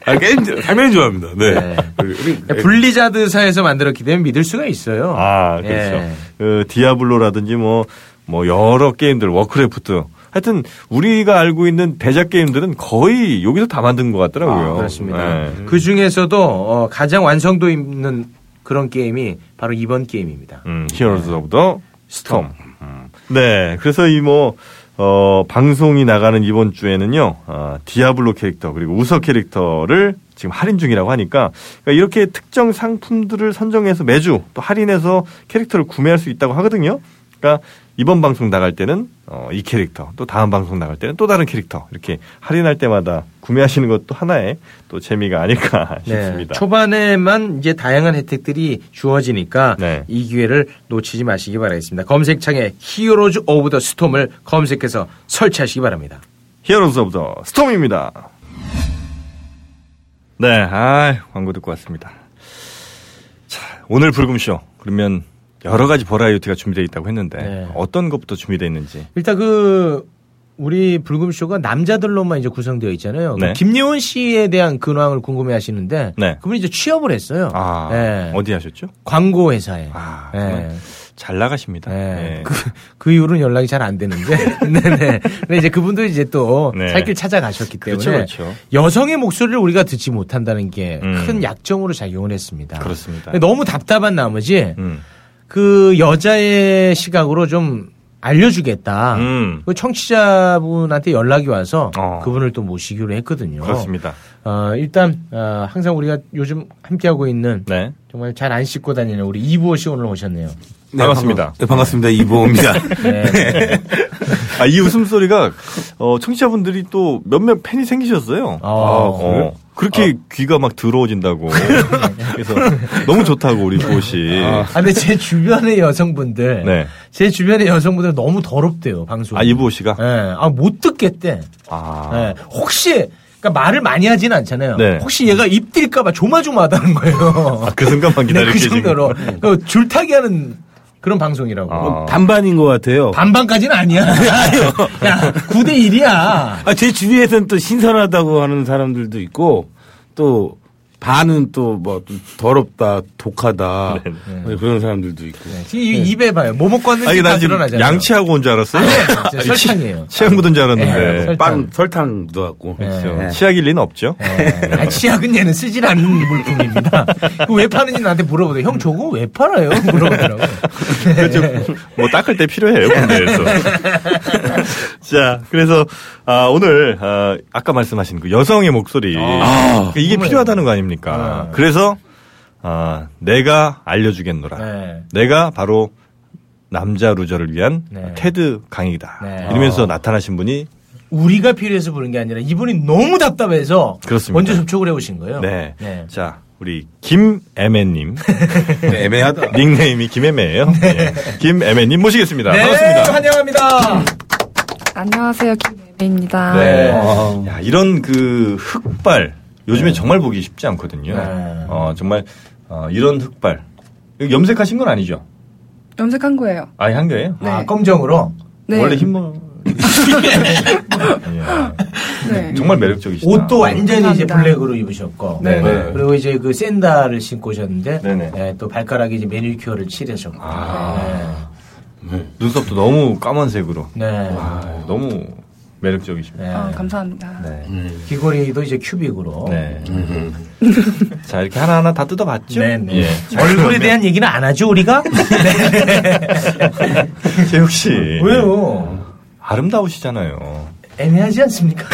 Speaker 7: 아, 게임 저- 당연히 좋아합니다. 네.
Speaker 5: 네.
Speaker 7: 그리고-
Speaker 5: [laughs]
Speaker 7: 그리고-
Speaker 5: 분리자드사에서 만들었기 때문에 믿을 수가 있어요.
Speaker 4: 아, 그렇죠.
Speaker 5: 예.
Speaker 4: 그 디아블로라든지 뭐, 뭐 여러 게임들, 워크래프트. 하여튼 우리가 알고 있는 대작 게임들은 거의 여기서 다 만든 것 같더라고요.
Speaker 5: 아, 그렇습니다.
Speaker 4: 네.
Speaker 5: 그 중에서도 어, 가장 완성도 있는 그런 게임이 바로 이번 게임입니다.
Speaker 4: 음, 히어로즈
Speaker 5: 네.
Speaker 4: 오브 더 스톰. 음. 네, 그래서 이 뭐, 어, 방송이 나가는 이번 주에는요, 어, 디아블로 캐릭터, 그리고 우석 캐릭터를 지금 할인 중이라고 하니까, 그러니까 이렇게 특정 상품들을 선정해서 매주 또 할인해서 캐릭터를 구매할 수 있다고 하거든요. 그러니까 이번 방송 나갈 때는 어, 이 캐릭터, 또 다음 방송 나갈 때는 또 다른 캐릭터, 이렇게 할인할 때마다 구매하시는 것도 하나의 또 재미가 아닐까 [laughs]
Speaker 5: 네,
Speaker 4: 싶습니다.
Speaker 5: 초반에만 이제 다양한 혜택들이 주어지니까
Speaker 4: 네.
Speaker 5: 이 기회를 놓치지 마시기 바라겠습니다. 검색창에 히어로즈 오브 더 스톰을 검색해서 설치하시기 바랍니다.
Speaker 4: 히어로즈 오브 더 스톰입니다. 네, 아 광고 듣고 왔습니다. 자, 오늘 불금쇼. 그러면 여러 가지 버라이어티가 준비되어 있다고 했는데
Speaker 5: 네.
Speaker 4: 어떤 것부터 준비되어 있는지.
Speaker 5: 일단 그 우리 불금쇼가 남자들로만 이제 구성되어 있잖아요. 그
Speaker 4: 네.
Speaker 5: 김예원 씨에 대한 근황을 궁금해 하시는데
Speaker 4: 네.
Speaker 5: 그분이 이제 취업을 했어요.
Speaker 4: 아,
Speaker 5: 예.
Speaker 4: 어디 하셨죠?
Speaker 5: 광고 회사에.
Speaker 4: 아,
Speaker 5: 예.
Speaker 4: 정말 잘 나가십니다.
Speaker 5: 예.
Speaker 4: 예.
Speaker 5: 그, 그 이후로는 연락이 잘
Speaker 4: [laughs]
Speaker 5: 안 되는데. 네네. 근데 이제 그분도 이제 또
Speaker 4: 네.
Speaker 5: 살길 찾아가셨기 때문에
Speaker 4: 그렇죠, 그렇죠.
Speaker 5: 여성의 목소리를 우리가 듣지 못한다는 게
Speaker 4: 음.
Speaker 5: 큰 약점으로 작용을 했습니다.
Speaker 4: 그렇습니다.
Speaker 5: 근데 너무 답답한 나머지
Speaker 4: 음.
Speaker 5: 그 여자의 시각으로 좀 알려주겠다.
Speaker 4: 음.
Speaker 5: 그 청취자분한테 연락이 와서
Speaker 4: 어.
Speaker 5: 그분을 또 모시기로 했거든요.
Speaker 4: 그렇습니다.
Speaker 5: 어, 일단 어, 항상 우리가 요즘 함께하고 있는
Speaker 4: 네.
Speaker 5: 정말 잘 안 씻고 다니는 우리 이부호 씨
Speaker 4: [laughs]
Speaker 5: 오늘 오셨네요. 네.
Speaker 4: 반갑습니다.
Speaker 7: 네, 반갑습니다. 이보입니다.
Speaker 4: 네. 아, 이 웃음소리가 어, 청취자분들이 또 몇몇 팬이 생기셨어요.
Speaker 5: 아,
Speaker 4: 어, 그렇게 귀가 막
Speaker 5: [laughs]
Speaker 4: 더러워진다고. 그래서 너무 좋다고 우리 조호 씨.
Speaker 5: 아, 근데 제 주변의 여성분들,
Speaker 4: 네.
Speaker 5: 제 주변의 여성분들 너무 더럽대요 방송.
Speaker 4: 아, 이부호 씨가?
Speaker 5: 예, 아, 못 듣겠대.
Speaker 4: 아.
Speaker 5: 예, 혹시 그러니까 말을 많이 하진 않잖아요.
Speaker 4: 네.
Speaker 5: 혹시 얘가 입뛸까봐 조마조마하다는 거예요.
Speaker 4: 아, 그 순간만
Speaker 5: 네,
Speaker 4: 기다릴게
Speaker 5: 그
Speaker 4: 지금.
Speaker 5: 정도로 그 줄타기하는 그런 방송이라고.
Speaker 4: 아.
Speaker 7: 반반인 것 같아요.
Speaker 5: 반반까지는 아니야. [laughs] 야, 9대 1이야.
Speaker 7: 아, 제 주위에서는 또 신선하다고 하는 사람들도 있고 또 반은 또 뭐 더럽다, 독하다 뭐 그런 사람들도 있고.
Speaker 5: 네, 이 입에 봐요. 뭐 먹고 왔는지
Speaker 4: 네. 아니,
Speaker 5: 다
Speaker 4: 나 지금
Speaker 5: 드러나잖아요.
Speaker 4: 양치하고 온 줄 알았어요. [laughs]
Speaker 5: 진짜 설탕이에요.
Speaker 4: 치약 묻은 줄
Speaker 5: 네,
Speaker 4: 알았는데.
Speaker 5: 설탕.
Speaker 7: 빵, 설탕도 갖고.
Speaker 4: 그렇죠.
Speaker 7: 네.
Speaker 4: 치약일 리는 없죠.
Speaker 5: 예. 아, 치약은 얘는 쓰질 않는 물품입니다. 그거 왜 파는지 나한테 물어보더니 형 저거 왜 팔아요? 네. 물어보더라고.
Speaker 4: [laughs] 그렇죠. 뭐 닦을 때
Speaker 5: 네.
Speaker 4: 필요해요 군대에서. [laughs] 자, 그래서 아, 오늘 아, 아까 말씀하신 그 여성의 목소리 그러니까 이게 필요하다는 거 아닙니까?
Speaker 5: 아, 네.
Speaker 4: 그래서 아, 내가 알려주겠노라.
Speaker 5: 네.
Speaker 4: 내가 바로 남자 루저를 위한
Speaker 5: 네.
Speaker 4: 테드 강의다.
Speaker 5: 네.
Speaker 4: 이러면서 나타나신 분이
Speaker 5: 우리가 필요해서 부른 게 아니라 이분이 너무 답답해서
Speaker 4: 그렇습니다.
Speaker 5: 먼저 접촉을 해오신 거예요.
Speaker 4: 네. 자, 우리 김애매님
Speaker 7: [laughs] 네, 애매하다.
Speaker 4: 닉네임이 김애매예요. 예. 김애매님 모시겠습니다.
Speaker 5: 네,
Speaker 4: 반갑습니다.
Speaker 5: 환영합니다.
Speaker 8: 안녕하세요, 김예배입니다.
Speaker 4: 네. 야, 이런 그 흑발 요즘에 정말 보기 쉽지 않거든요.
Speaker 5: 네.
Speaker 4: 어, 정말 어, 이런 흑발 이거 염색하신 건 아니죠?
Speaker 8: 염색한 거예요.
Speaker 4: 아예 한 거예요?
Speaker 8: 네.
Speaker 5: 아, 검정으로
Speaker 8: 네.
Speaker 4: 원래
Speaker 8: [laughs]
Speaker 4: 흰머
Speaker 8: 네.
Speaker 4: 예. 정말 매력적이시다.
Speaker 8: 어,
Speaker 5: 옷도 완전히 이제
Speaker 8: 감사합니다.
Speaker 5: 블랙으로 입으셨고
Speaker 4: 네,
Speaker 5: 네.
Speaker 4: 네.
Speaker 5: 그리고 이제 그 샌달을 신고 오셨는데
Speaker 4: 네, 네.
Speaker 5: 예, 또 발가락에 이제 매니큐어를 칠하셨고
Speaker 4: 아.
Speaker 8: 네.
Speaker 4: 눈썹도 너무 까만색으로.
Speaker 5: 네. 네.
Speaker 4: 아, 너무 매력적이십니다.
Speaker 5: 네. 음.
Speaker 8: 아, 감사합니다.
Speaker 4: 네.
Speaker 5: 귀걸이도 이제 큐빅으로
Speaker 4: 네. [laughs] 자, 이렇게 하나하나 다 뜯어봤죠?
Speaker 5: 네,
Speaker 4: 예.
Speaker 5: 네.
Speaker 4: 네. [laughs]
Speaker 5: 얼굴에 대한 얘기는 안 하죠 우리가?
Speaker 4: 재욱 씨.
Speaker 5: 왜요?
Speaker 4: 아름다우시잖아요.
Speaker 5: 애매하지 않습니까?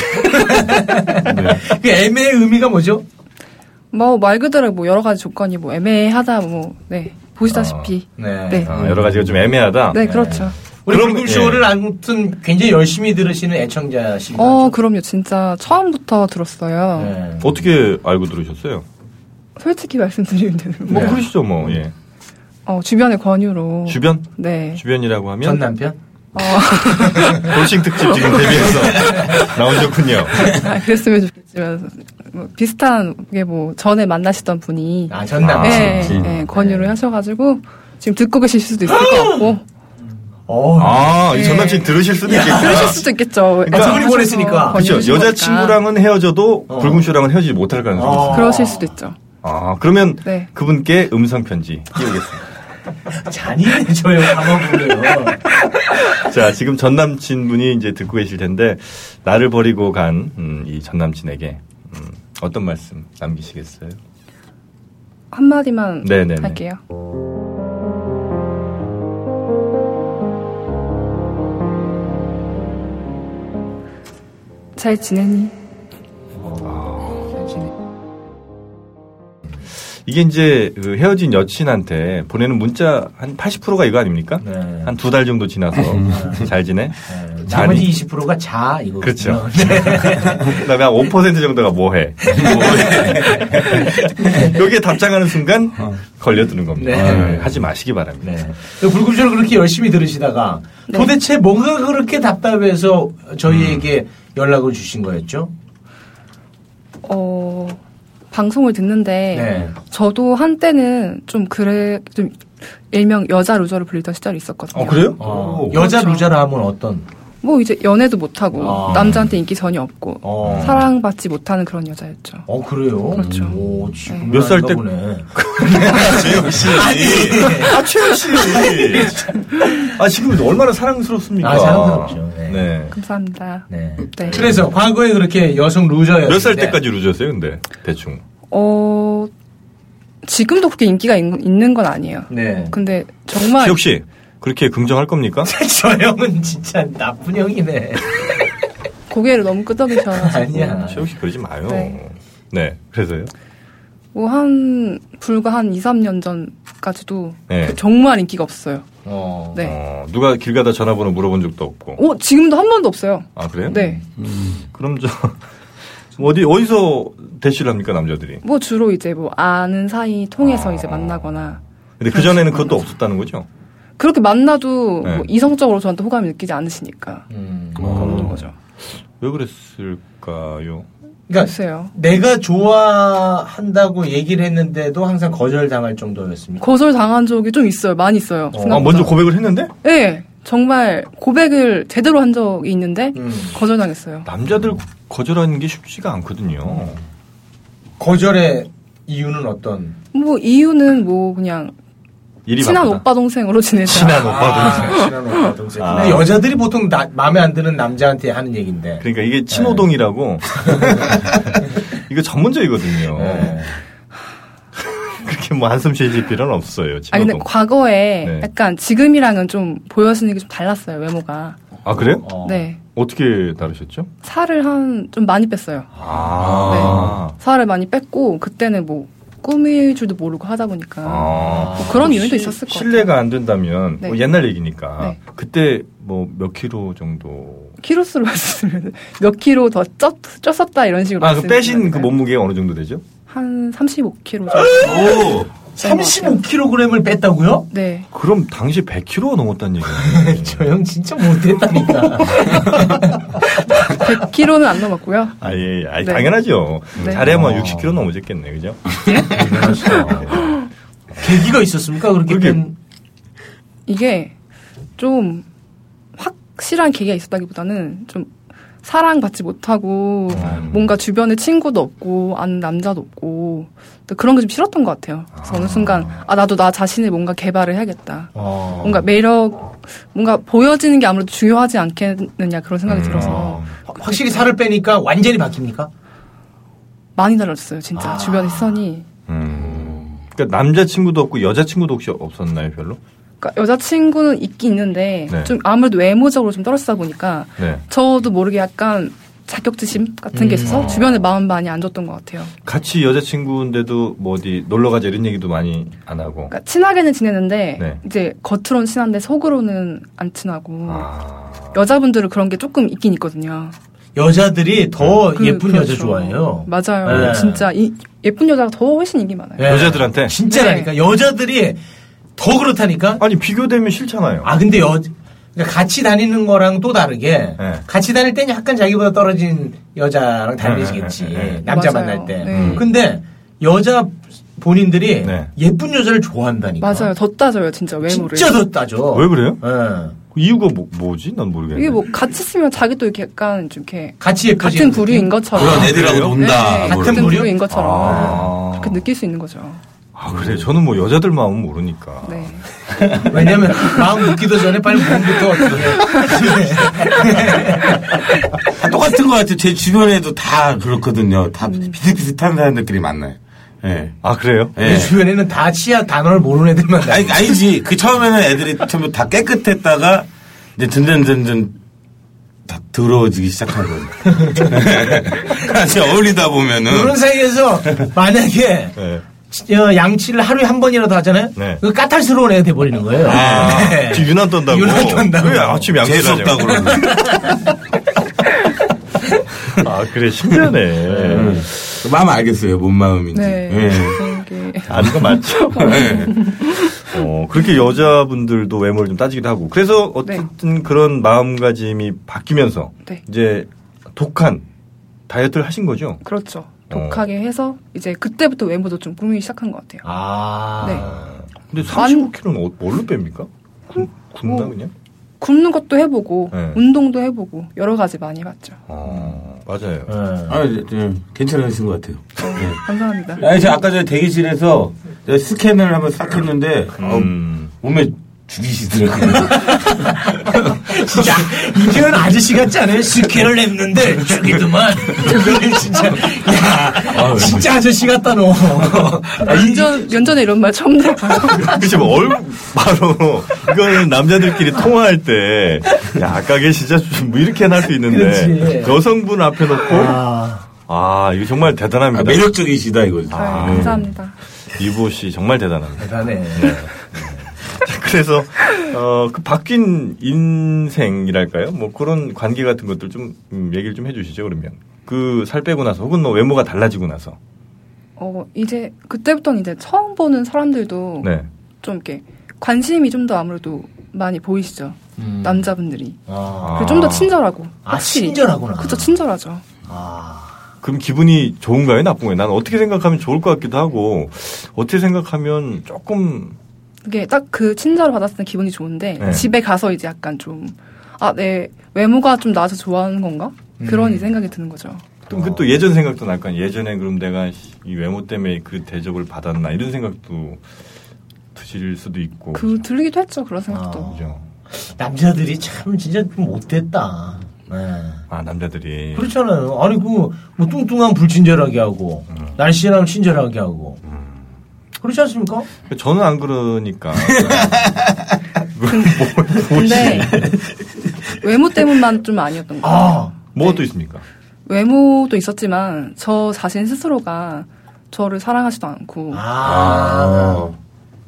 Speaker 4: 네.
Speaker 5: 그 애매의 의미가 뭐죠?
Speaker 8: 뭐 말 그대로 뭐 여러 가지 조건이 뭐 애매하다 뭐 네. 보시다시피.
Speaker 5: 네.
Speaker 8: 네.
Speaker 4: 아, 여러 가지가 좀 애매하다.
Speaker 8: 네, 그렇죠.
Speaker 5: 우리
Speaker 4: 그럼, 예.
Speaker 5: 불금쇼를 아무튼 굉장히 열심히 들으시는 애청자시죠?
Speaker 8: 어, 그럼요. 진짜 처음부터 들었어요.
Speaker 5: 네.
Speaker 4: 어떻게 알고 들으셨어요?
Speaker 8: 솔직히 말씀드리면 되는 거.
Speaker 4: 뭐 그러시죠 뭐 예.
Speaker 8: 어, 주변의 권유로.
Speaker 4: 주변
Speaker 8: 네.
Speaker 4: 주변이라고 하면
Speaker 5: 전 남편?
Speaker 4: 돌싱 특집 지금
Speaker 8: [laughs]
Speaker 4: 데뷔해서 나오셨군요.
Speaker 8: 아, 그랬으면 좋겠지만 뭐 비슷한 게 뭐 전에 만나시던 분이
Speaker 5: 아, 전 남편.
Speaker 8: 네, 네, 권유를 하셔가지고 지금 듣고 계실 수도 있을 것 같고
Speaker 5: 어,
Speaker 4: 아,
Speaker 8: 네.
Speaker 4: 이 전남친 들으실 수도
Speaker 8: 그러실
Speaker 4: 있겠다.
Speaker 8: 수도 있겠죠. 애정하셔서
Speaker 5: 우리 보냈으니까.
Speaker 8: 권유를
Speaker 4: 그렇죠.
Speaker 8: 주신 거니까.
Speaker 4: 여자친구랑은 헤어져도
Speaker 5: 어.
Speaker 4: 불금쇼랑은 헤어지지 못할 가능성이 있어요.
Speaker 5: 어.
Speaker 8: 그러실 수도 있죠.
Speaker 4: 아, 그러면
Speaker 8: 네.
Speaker 4: 그분께 음성 편지 띄우겠습니다.
Speaker 5: 잔인해 저요 감아보려요.
Speaker 4: 자, 지금 전 남친분이 이제 듣고 계실 텐데 나를 버리고 간 음, 이 전 남친에게 음, 어떤 말씀 남기시겠어요?
Speaker 8: 한마디만
Speaker 4: 네, 네, 네.
Speaker 8: 할게요. 잘 지내니? 잘 지내.
Speaker 4: 이게 이제 그 헤어진 여친한테 보내는 문자 한 80%가 이거 아닙니까?
Speaker 5: 네.
Speaker 4: 한 두 달 정도 지나서 잘 지내?
Speaker 5: 네.
Speaker 4: 잔인.
Speaker 5: 나머지 20%가 자 네. 이거.
Speaker 4: 그렇죠. [laughs]
Speaker 5: [laughs]
Speaker 4: 그다음에 한 5% 정도가 뭐해? [laughs] 여기에 답장하는 순간 걸려드는 겁니다.
Speaker 5: 어. 네.
Speaker 4: 네, 하지 마시기 바랍니다.
Speaker 5: 네. 그 불금쇼를 그렇게 열심히 들으시다가
Speaker 8: 네.
Speaker 5: 도대체 뭐가 그렇게 답답해서
Speaker 4: 음.
Speaker 5: 저희에게 연락을 주신 거였죠?
Speaker 8: 어, 방송을 듣는데
Speaker 5: 네.
Speaker 8: 저도 한때는 좀 그래 좀 일명 여자 루저로 불리던 시절이 있었거든요.
Speaker 5: 어, 여자
Speaker 8: 그렇죠.
Speaker 5: 루자라 하면 어떤?
Speaker 8: 뭐 이제 연애도 못하고
Speaker 5: 아.
Speaker 8: 남자한테 인기 전혀 없고
Speaker 5: 어.
Speaker 8: 사랑받지 못하는 그런 여자였죠.
Speaker 5: 어 그래요.
Speaker 8: 그렇죠.
Speaker 5: 오, 지금
Speaker 6: 몇살 때-
Speaker 5: 보네.
Speaker 4: [laughs]
Speaker 6: 최영 씨. 아, 최영 씨.
Speaker 4: 아, 지금 얼마나 사랑스럽습니까?
Speaker 5: 아, 사랑스럽죠. 네.
Speaker 4: 네.
Speaker 8: 감사합니다.
Speaker 5: 네.
Speaker 8: 네.
Speaker 5: 그래서 과거에 그렇게 여성 루저였는데
Speaker 4: 몇 살 때까지 루저세요, 근데? 대충.
Speaker 8: 어 지금도 그렇게 인기가 있, 는건 아니에요.
Speaker 5: 네. [laughs]
Speaker 8: 근데 정말
Speaker 4: 기혁 씨, 그렇게 긍정할 겁니까?
Speaker 5: 저 형은 진짜
Speaker 4: [laughs]
Speaker 5: 나쁜 형이네.
Speaker 8: 고개를 너무 끄덕이셔서
Speaker 5: 아니야.
Speaker 4: 최욱 씨 그러지 마요. 네.
Speaker 8: 네.
Speaker 4: 그래서요?
Speaker 8: 뭐한 불과 한 2, 3년 전까지도
Speaker 4: 네.
Speaker 8: 그 정말 인기가 없어요.
Speaker 5: 어.
Speaker 8: 네.
Speaker 4: 어, 누가 길 가다 전화번호 물어본 적도 없고.
Speaker 8: 오 지금도 한 번도 없어요.
Speaker 4: 아, 그래요?
Speaker 8: 네.
Speaker 4: 그럼 저, 뭐 어디, 어디서 대시를 합니까, 남자들이?
Speaker 8: 뭐 주로 이제 뭐 아는 사이 통해서 이제 만나거나
Speaker 4: 근데 그전에는 그것도 없었다는 거죠?
Speaker 8: 그렇게 만나도
Speaker 4: 네. 어.
Speaker 8: 뭐 이성적으로 저한테 호감이 느끼지 않으시니까
Speaker 5: 음.
Speaker 8: 없는 거죠.
Speaker 4: 왜 그랬을까요?
Speaker 5: 그러니까
Speaker 8: 글쎄요.
Speaker 5: 내가 좋아한다고 얘기를 했는데도 항상 거절당할 정도였습니다.
Speaker 8: 거절 당한 적이 좀 있어요. 많이 있어요.
Speaker 4: 아,
Speaker 8: 생각보다.
Speaker 4: 먼저 고백을 했는데?
Speaker 8: 네. 정말 고백을 제대로 한 적이 있는데
Speaker 4: 음.
Speaker 8: 거절 당했어요.
Speaker 4: 남자들 거절하는 게 쉽지가 않거든요.
Speaker 5: 거절의 이유는 어떤?
Speaker 8: 뭐 이유는 뭐 그냥
Speaker 4: 일이
Speaker 8: 친한
Speaker 4: 바쁘다.
Speaker 8: 오빠 동생으로 지내자.
Speaker 4: 친한 오빠 동생.
Speaker 5: 아, 친한 오빠 동생.
Speaker 4: 아.
Speaker 5: 근데 여자들이 보통 나, 마음에 안 드는 남자한테 하는 얘기인데.
Speaker 4: 그러니까 이게 친호동이라고 이거 전문적이거든요.
Speaker 5: 네.
Speaker 4: 그렇게 뭐 한숨 쉬실 필요는 없어요.
Speaker 8: 아 근데
Speaker 4: 친호동.
Speaker 8: 과거에
Speaker 4: 네.
Speaker 8: 약간 지금이랑은 좀 보여지는 게 좀 달랐어요 외모가.
Speaker 4: 아 그래요?
Speaker 5: 어.
Speaker 8: 네.
Speaker 4: 어떻게 다르셨죠?
Speaker 8: 살을 한 좀 많이 뺐어요.
Speaker 4: 아,
Speaker 8: 살을 많이 뺐고 그때는 뭐 꾸밀 줄도 모르고 하다 보니까
Speaker 4: 아.
Speaker 8: 뭐 그런 이유도
Speaker 4: 시-
Speaker 8: 있었을 것 같아요.
Speaker 4: 실례가 안 된다면
Speaker 8: 네.
Speaker 4: 뭐 옛날 얘기니까
Speaker 8: 네.
Speaker 4: 그때 뭐 몇 킬로 정도?
Speaker 8: 키로수로 봤으면 몇 키로 더 쪘, 쪘었다 이런 식으로.
Speaker 4: 아그 빼신 그
Speaker 8: 말씀드리는 건가요?
Speaker 4: 몸무게가 어느 정도 되죠?
Speaker 8: 한 35kg 정도.
Speaker 4: 오,
Speaker 5: 35kg을 뺐다고요? [laughs]
Speaker 8: 네.
Speaker 4: 그럼 당시 100킬로가 넘었단 얘기예요.
Speaker 5: 저 형 진짜 못했다니까.
Speaker 8: 100kg는 안 넘었고요.
Speaker 4: [laughs] 아, 예, 예. 아니,
Speaker 8: 네.
Speaker 4: 당연하죠.
Speaker 8: 네.
Speaker 4: 잘해야 뭐
Speaker 5: 어.
Speaker 4: 60kg 넘어졌겠네, 그죠? [laughs]
Speaker 5: 계기가 있었습니까? 그렇게
Speaker 4: 그렇게-
Speaker 5: 뺀-
Speaker 8: 이게 좀 확실한 계기가 있었다기보다는 좀 사랑받지 못하고 뭔가 주변에 친구도 없고 아는 남자도 없고 또 그런 게 좀 싫었던 것 같아요. 그래서 어느 순간 아 나도 나 자신의 뭔가 개발을 해야겠다.
Speaker 4: 아.
Speaker 5: 어.
Speaker 8: 뭔가 매력 뭔가 보여지는 게 아무래도 중요하지 않겠느냐 그런 생각이
Speaker 4: 음, 아.
Speaker 8: 들어서
Speaker 5: 확- 확실히 살을 빼니까 완전히 바뀝니까?
Speaker 8: 많이 달라졌어요. 진짜 주변의 시선이
Speaker 4: 음. 그러니까 남자친구도 없고 여자친구도 혹시 없었나요, 별로?
Speaker 8: 그러니까 여자친구는 있긴 있는데
Speaker 4: 네.
Speaker 8: 좀 아무래도 외모적으로 좀 떨어지다 보니까
Speaker 4: 네.
Speaker 8: 저도 모르게 약간 자격지심 같은 게 있어서 주변에 마음 많이 안 줬던 것 같아요.
Speaker 4: 같이 여자친구인데도 뭐 어디 놀러 가자 이런 얘기도 많이 안 하고.
Speaker 8: 그러니까 친하게는 지냈는데
Speaker 4: 네.
Speaker 8: 이제 겉으로는 친한데 속으로는 안 친하고
Speaker 4: 아.
Speaker 8: 여자분들은 그런 게 조금 있긴 있거든요.
Speaker 5: 여자들이 더
Speaker 8: 그-
Speaker 5: 어, 예쁜
Speaker 8: 그렇죠.
Speaker 5: 여자 좋아해요.
Speaker 8: 맞아요.
Speaker 5: 네.
Speaker 8: 진짜 이 예쁜 여자가 더 훨씬 인기 많아요.
Speaker 5: 예.
Speaker 4: 여자들한테?
Speaker 5: 진짜라니까
Speaker 8: 네.
Speaker 5: 여자들이 더 그렇다니까.
Speaker 4: 아니, 비교되면 싫잖아요.
Speaker 5: 아 근데 여 그러니까 같이 다니는 거랑 또 다르게
Speaker 4: 네.
Speaker 5: 같이 다닐 땐 약간 자기보다 떨어진 여자랑 다니시겠지
Speaker 4: 네, 네, 네, 네.
Speaker 5: 남자
Speaker 8: 맞아요.
Speaker 5: 만날 때.
Speaker 8: 네.
Speaker 5: 근데 여자 본인들이
Speaker 4: 네.
Speaker 5: 예쁜 여자를 좋아한다니까.
Speaker 8: 맞아요. 더 따져요, 진짜 외모를.
Speaker 5: 진짜 더 따져.
Speaker 4: 왜 그래요?
Speaker 5: 예.
Speaker 4: 그 이유가 뭐, 뭐지? 난 모르겠네.
Speaker 8: 이게 뭐 같이 있으면 자기도 이렇게 약간 좀 이렇게
Speaker 5: 같이 예쁘지.
Speaker 8: 같은 부류인 것처럼
Speaker 6: 그런 애들하고 논다.
Speaker 8: 네,
Speaker 6: 뭐
Speaker 8: 같은
Speaker 6: 이런
Speaker 8: 부류인 것처럼
Speaker 4: 아.
Speaker 8: 그렇게 느낄 수 있는 거죠.
Speaker 4: 아, 그래. 저는 뭐 여자들 마음 모르니까.
Speaker 8: 네.
Speaker 5: 왜냐면 마음 묻기도 전에 빨리 몸부터 어떻게.
Speaker 6: 다 똑같은 것 같아요. 제 주변에도 다 그렇거든요. 다 비슷비슷한 사람들끼리 만나요. 예.
Speaker 4: 아, 그래요?
Speaker 6: 예.
Speaker 5: 내 주변에는 다 치아 단어를 모르는 애들만 다
Speaker 6: 아니, 아니지. 그 처음에는 애들이 전부 다 깨끗했다가 이제 점점점점 다 더러워지기 시작한 거예요. [laughs] 같이 어울리다
Speaker 5: 그런
Speaker 6: 보면은
Speaker 5: 사이에서 만약에
Speaker 4: 네.
Speaker 5: 치- 어, 양치를 하루에 한 번이라도 하잖아요.
Speaker 4: 네.
Speaker 5: 그 까탈스러운 애가 돼버리는 거예요.
Speaker 6: 아,
Speaker 5: 네.
Speaker 4: 지금 유난 떤다고.
Speaker 5: 유난 떤다고.
Speaker 4: 왜 아침 양치를
Speaker 6: 재수 없다
Speaker 4: 하냐고.
Speaker 6: 그러고.
Speaker 4: 아, 그래. 신기하네.
Speaker 6: 마음 알겠어요. 뭔 마음인지.
Speaker 8: 네.
Speaker 6: 예.
Speaker 8: 그런 게
Speaker 4: 아는 거 맞죠?
Speaker 6: 예.
Speaker 4: 어, 그렇게 여자분들도 외모를 좀 따지기도 하고. 그래서 어쨌든 그런 마음가짐이 바뀌면서
Speaker 8: 네.
Speaker 4: 이제 독한 다이어트를 하신 거죠?
Speaker 8: 그렇죠. 독하게 해서 이제 그때부터 외모도 좀 꾸미기 시작한 것 같아요.
Speaker 5: 아.
Speaker 8: 네.
Speaker 4: 근데 35kg는 어, 뭘로 뺍니까? 굶- 굶나
Speaker 8: 어.
Speaker 4: 그냥?
Speaker 8: 굶는 것도 해보고
Speaker 4: 네.
Speaker 8: 운동도 해보고 여러 가지 많이 봤죠.
Speaker 4: 아, 맞아요.
Speaker 5: 네.
Speaker 7: 아, 이제 좀 괜찮으신 것 같아요.
Speaker 4: 네.
Speaker 8: 감사합니다.
Speaker 7: 아, 이제 아까 저 대기실에서 제가 스캔을 한번 싹 했는데 아우,
Speaker 4: 음.
Speaker 7: 몸에 죽이시더라고요.
Speaker 5: 진짜 이태원 아저씨 같지 않아요? 스케를 냈는데 죽이더만. 그래, 진짜. 야, 진짜 아저씨 같다 너.
Speaker 8: 아,
Speaker 4: 아,
Speaker 8: 면전, 면전에 이런 말 처음 들어봐요.
Speaker 4: [laughs] 그치, 뭐, 얼굴, 바로, 이거는 남자들끼리 통화할 때, 야, 아까 걔 진짜, 좀 뭐, 이렇게 할 수 있는데,
Speaker 5: 그렇지.
Speaker 4: 여성분 앞에 놓고,
Speaker 5: 아,
Speaker 4: 아, 이거 정말
Speaker 7: 아,
Speaker 4: 대단합니다.
Speaker 7: 매력적이시다 이거죠.
Speaker 8: 아,
Speaker 7: 네.
Speaker 8: 감사합니다.
Speaker 4: 이보 씨 정말 대단합니다.
Speaker 5: 대단해.
Speaker 4: 그래서, 어, 그 바뀐 인생이랄까요? 뭐, 그런 관계 같은 것들 좀, 음, 얘기를 좀 해주시죠, 그러면. 그 살 빼고 나서, 혹은 뭐, 외모가 달라지고 나서.
Speaker 8: 어, 이제 그때부터는 이제 처음 보는 사람들도
Speaker 4: 네.
Speaker 8: 좀 이렇게 관심이 좀 더 아무래도 많이 보이시죠. 남자분들이.
Speaker 5: 아,
Speaker 8: 그 좀 더 친절하고.
Speaker 5: 음. 아, 친절하구나.
Speaker 8: 그쵸, 친절하죠.
Speaker 5: 아,
Speaker 4: 그럼 기분이 좋은가요, 나쁜가요? 난 어떻게 생각하면 좋을 것 같기도 하고, 어떻게 생각하면 조금,
Speaker 8: 그게 딱 그 친절을 받았을 때 기분이 좋은데
Speaker 4: 네.
Speaker 8: 집에 가서 이제 약간 좀 아, 내 외모가 좀 나서 좋아하는 건가?
Speaker 4: 음.
Speaker 8: 그런 이제 생각이 드는 거죠.
Speaker 4: 또, 그 또 예전 생각도 날 거 아니에요. 예전에 그럼 내가 이 외모 때문에 그 대접을 받았나 이런 생각도 드실 수도 있고.
Speaker 8: 그 들리기도 했죠. 그런 생각도.
Speaker 4: 그죠.
Speaker 5: 남자들이 참 진짜 좀 못됐다. 네.
Speaker 4: 아, 남자들이.
Speaker 5: 그렇잖아요. 아니 그뭐 뚱뚱하면 불친절하게 하고
Speaker 4: 음.
Speaker 5: 날씬하면 친절하게 하고 그렇지 않습니까?
Speaker 4: 저는 안 그러니까. [laughs]
Speaker 8: 근데 외모 때문만 좀 아니었던 것
Speaker 5: 아,
Speaker 8: 같아요.
Speaker 4: 뭐가 또 있습니까?
Speaker 8: 외모도 있었지만 저 자신 스스로가 저를 사랑하지도 않고
Speaker 5: 아,